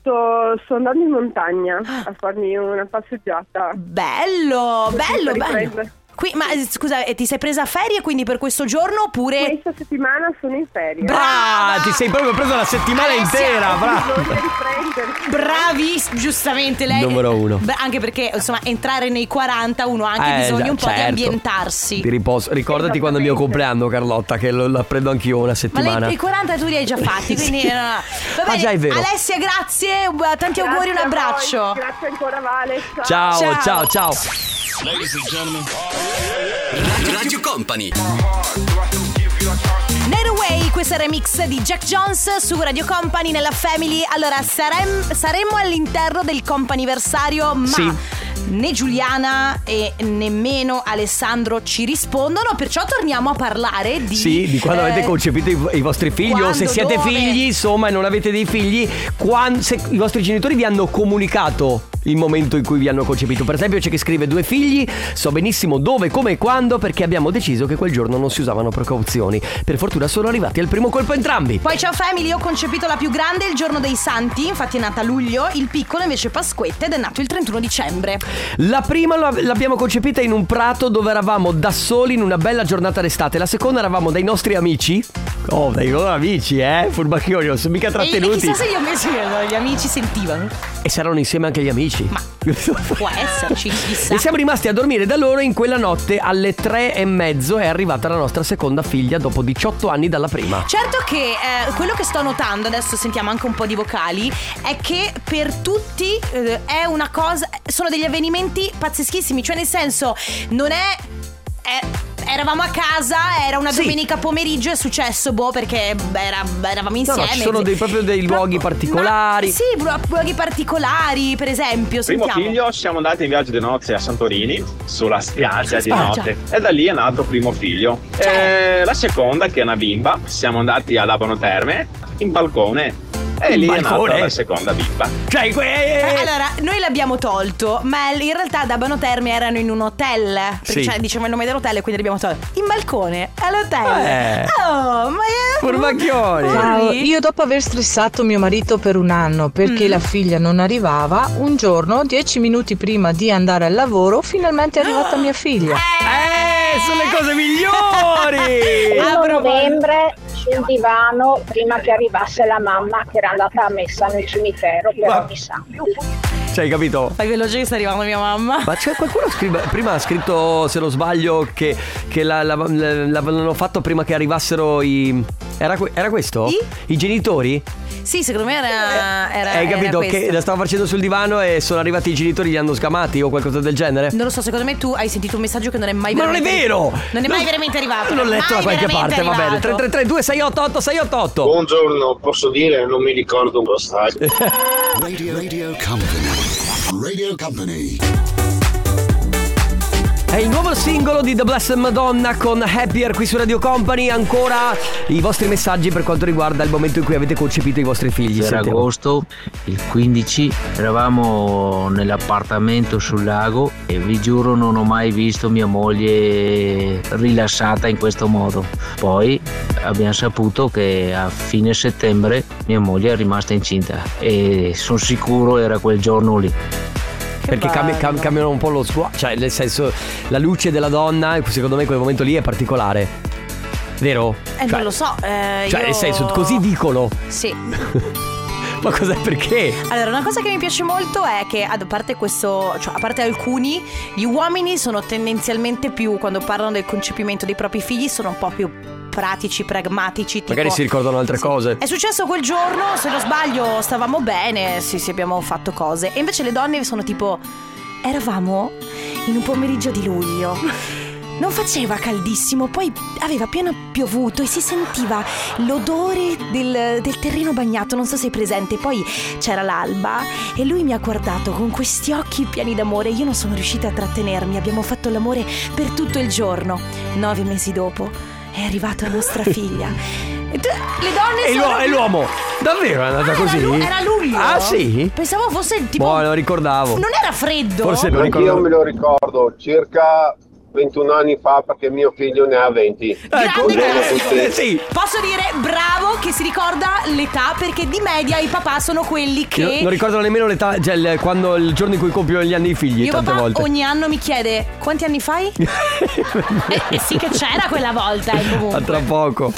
Sto, sto andando in montagna a farmi una passeggiata.
Oh, Bello,
Così
bello,
per
bello.
riprendere.
Qui, ma eh, scusa, eh, ti sei presa ferie quindi per questo giorno oppure...
Questa settimana sono in ferie.
Ah, ti sei proprio preso la settimana
Alessia,
intera, bravo.
Bisogna riprendersi.
Bravi, giustamente lei.
Numero uno.
Beh, anche perché, insomma, entrare nei 40 uno ha anche
Eh,
bisogno
già,
un po' di
certo.
ambientarsi.
Ti riposo. Ricordati quando è il mio compleanno, Carlotta, che lo, la prendo anch'io una
Ma lei
settimana.
i 40 tu li hai già fatti, quindi
Sì.
no, no. Va
Ah,
bene.
già, è vero.
Alessia, grazie, un- tanti auguri,
Grazie
un
a voi,
abbraccio.
Grazie ancora Vale.
Ciao, ciao, ciao.
Ladies and gentlemen. Radio Company.
Netaway, questo remix di Jack Jones su Radio Company nella Family. Allora, sarem- saremmo all'interno del companiversario, ma
Sì.
né Giuliana e nemmeno Alessandro ci rispondono, perciò torniamo a parlare di
Sì, di quando
eh,
avete concepito i, i vostri figli o se
quando,
siete
dove?
figli, insomma, e non avete dei figli, quan- se i vostri genitori vi hanno comunicato il momento in cui vi hanno concepito. Per esempio c'è chi scrive due figli, so benissimo dove, come e quando perché abbiamo deciso che quel giorno non si usavano precauzioni. Per fortuna sono arrivati al primo colpo entrambi.
Poi ciao Family, ho concepito la più grande il giorno dei santi, infatti è nata a luglio, il piccolo invece Pasquetta ed è nato il 31 dicembre.
La prima la- l'abbiamo concepita in un prato dove eravamo da soli in una bella giornata d'estate. La seconda eravamo dai nostri amici. Oh, dai loro amici, eh? Furbacchioni, non sono mica
E, e
trattenuti.
chissà se gli amici, eh, gli amici sentivano.
E saranno insieme anche gli amici. Ma.
Può esserci, chissà.
E siamo rimasti a dormire da loro in quella notte alle tre e mezzo è arrivata la nostra seconda figlia dopo 18 anni dalla prima.
Certo che eh, quello che sto notando, adesso sentiamo anche un po' di vocali, è che per tutti eh, è una cosa, sono degli avvenimenti pazzeschissimi, cioè nel senso non è... è- Eravamo a casa, era una
Sì.
domenica pomeriggio, è successo, boh, perché beh, era- eravamo
No,
insieme.
no, ci sono dei- proprio dei luoghi particolari.
Ma- sì, bro- luoghi particolari, per esempio.
Primo
sentiamo.
figlio siamo andati in viaggio di nozze a Santorini sulla spiaggia di
Spiaggia.
notte e da lì è nato il primo figlio. E la seconda che è una bimba siamo andati ad Abano Terme in balcone e
In
lì è
balcone?
nata la seconda bimba.
Cioè, que-
Eh, Allora, noi l'abbiamo tolto, ma in realtà ad Abano Terme erano in un hotel. Perché
Sì.
cioè, diciamo il nome dell'hotel, quindi l'abbiamo tolto. In balcone, all'hotel.
Eh.
Oh, ma è.
Furbacchioni.
Ciao.
Ciao, io dopo aver stressato mio marito per un anno perché
Mm.
la figlia non arrivava, un giorno, dieci minuti prima di andare al lavoro, finalmente è
Ah!
arrivata mia figlia.
Eh, sono le cose migliori!
Ah,
A
bravo.
novembre sul divano prima che arrivasse la mamma che era andata a messa nel cimitero per
Ma-
ogni santo.
Cioè, hai capito?
Fai veloce che sta arrivando mia mamma.
Ma c'è qualcuno scrive, prima ha scritto, se non sbaglio, che, che la- la- la- l'avevano fatto prima che arrivassero i... Era, que- era questo? I, genitori?
Sì, secondo me era. era
Eh, Hai
era
capito che
questo.
la stava facendo sul divano e sono arrivati i genitori, li hanno sgamati o qualcosa del genere?
Non lo so, secondo me tu hai sentito un messaggio che non è mai
Ma non è
veramente-
vero!
Non è mai
Non-
veramente arrivato.
Ah, L'ho
non è
letto da
mai
qualche
veramente
parte, va bene.
arrivato.
3332 688 688
Buongiorno, posso dire? Non mi ricordo un passaggio.
Radio, radio company. Radio company.
È il nuovo singolo di The Blessed Madonna con Happier qui su Radio Company. Ancora i vostri messaggi per quanto riguarda il momento in cui avete concepito i vostri figli.
Era
Sentiamo.
agosto, il 15, eravamo nell'appartamento sul lago e vi giuro non ho mai visto mia moglie rilasciata in questo modo. Poi abbiamo saputo che a fine settembre mia moglie è rimasta incinta e sono sicuro era quel giorno lì.
Perché cambi- cam- cambiano un po' lo sguardo, cioè nel senso la luce della donna, secondo me in quel momento lì è particolare. Vero?
Eh, non lo so. eh,
Cioè
io-
nel senso così dicolo.
Sì.
Ma cos'è perché?
Allora, una cosa che mi piace molto è che, ad- a parte questo, cioè, a parte alcuni, gli uomini sono tendenzialmente più, quando parlano del concepimento dei propri figli, sono un po' più pratici, pragmatici. tipo-
Magari si ricordano altre cose.
È successo quel giorno, se non sbaglio, stavamo bene, sì, sì, abbiamo fatto cose. E invece le donne sono tipo, eravamo in un pomeriggio di luglio. Non faceva caldissimo, poi aveva pieno piovuto e si sentiva l'odore del, del terreno bagnato, non so se è presente. Poi c'era l'alba e lui mi ha guardato con questi occhi pieni d'amore. Io non sono riuscita a trattenermi, abbiamo fatto l'amore per tutto il giorno. Nove mesi dopo è arrivata nostra figlia. E tu- Le donne
E,
sono...
l'uo- e l'uomo? Davvero è andata così?
Ah, Era, lu- era luglio.
Ah sì?
Pensavo fosse tipo...
Boh, lo ricordavo.
Non era freddo?
Forse me lo
Anch'io
ricordo.
me lo ricordo circa 21 anni fa perché mio figlio ne ha 20. Ecco,
sì.
Posso dire bravo che si ricorda l'età perché di media i papà sono quelli che...
Io non ricordano nemmeno l'età, cioè il, quando, il giorno in cui compiono gli anni i figli,
Mio
tante
papà
volte.
ogni anno mi chiede quanti anni fai? eh, sì che c'era quella volta eh,
A
comunque.
tra poco.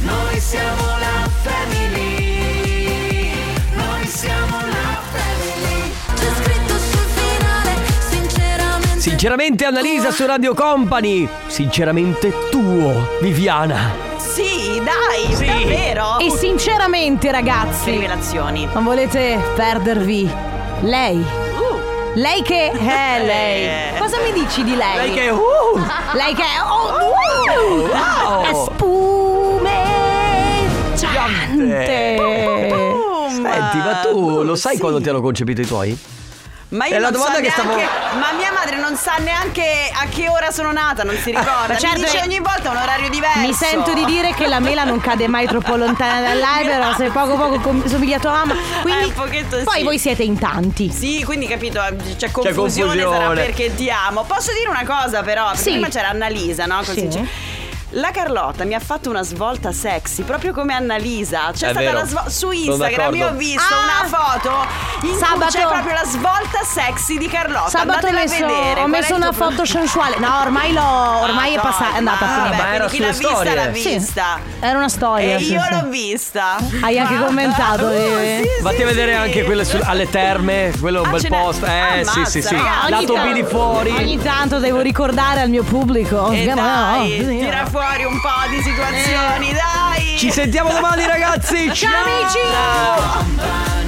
Noi siamo la family. Noi siamo la family. C'è scritto sul finale, sinceramente.
Sinceramente Annalisa su Radio Company, sinceramente tuo, Viviana.
Sì, dai, davvero. E sinceramente, ragazzi, rivelazioni. Non volete perdervi lei. Lei che è lei. Cosa mi dici di Uh. Eh. lei? uh.
Lei che è-
Lei che è oh, uh,
wow.
È spumeggiante.
Senti, ma tu lo sai quando ti hanno concepito i tuoi?
Ma io
È la
non
domanda
so
che stavo-
neanche, Ma mia madre non sa neanche a che ora sono nata, non si ricorda.
Ma
Cioè,
certo
Mi dice
è-
ogni volta un orario diverso.
Mi sento di dire che la mela non cade mai troppo lontana dall'albero, se poco poco com- somiglia a tua mamma. Quindi,
Eh, un pochetto
poi
sì.
voi siete in tanti.
Sì, quindi capito, c'è confusione, sarà
confusione.
perché ti amo. Posso dire una cosa però? Perché
Sì.
Prima c'era Annalisa, no? Così
Sì.
dice, La Carlotta mi ha fatto una svolta sexy, proprio come Annalisa. C'è
È
stata
vero.
una svolta su
Sono
Instagram,
d'accordo.
io ho visto
Ah!
una foto in
Sabato.
cui c'è proprio la svolta sexy di Carlotta.
Sabato ho
Andatela
messo,
a vedere.
ho
Qual è Ah,
messo
il
una
tuo pro-
foto sensuale. No, ormai l'ho. Ormai è passata. È andata a
Vabbè,
finire.
Ah, quindi chi l'ha vista l'ha
Sì,
vista.
Era una storia.
E
sì,
io
sì.
l'ho vista.
Hai anche commentato. eh.
Vatti a vedere anche quelle su- alle terme, quello è un bel posto. Eh sì, sì, sì.
Ogni
Lato
tanto-
B di fuori.
Ogni tanto devo ricordare al mio pubblico.
E
Sgama-
Eh, dai,
no, no, no.
tira fuori un po' di situazioni, dai.
Ci sentiamo domani, ragazzi. Ciao,
Ciao, amici.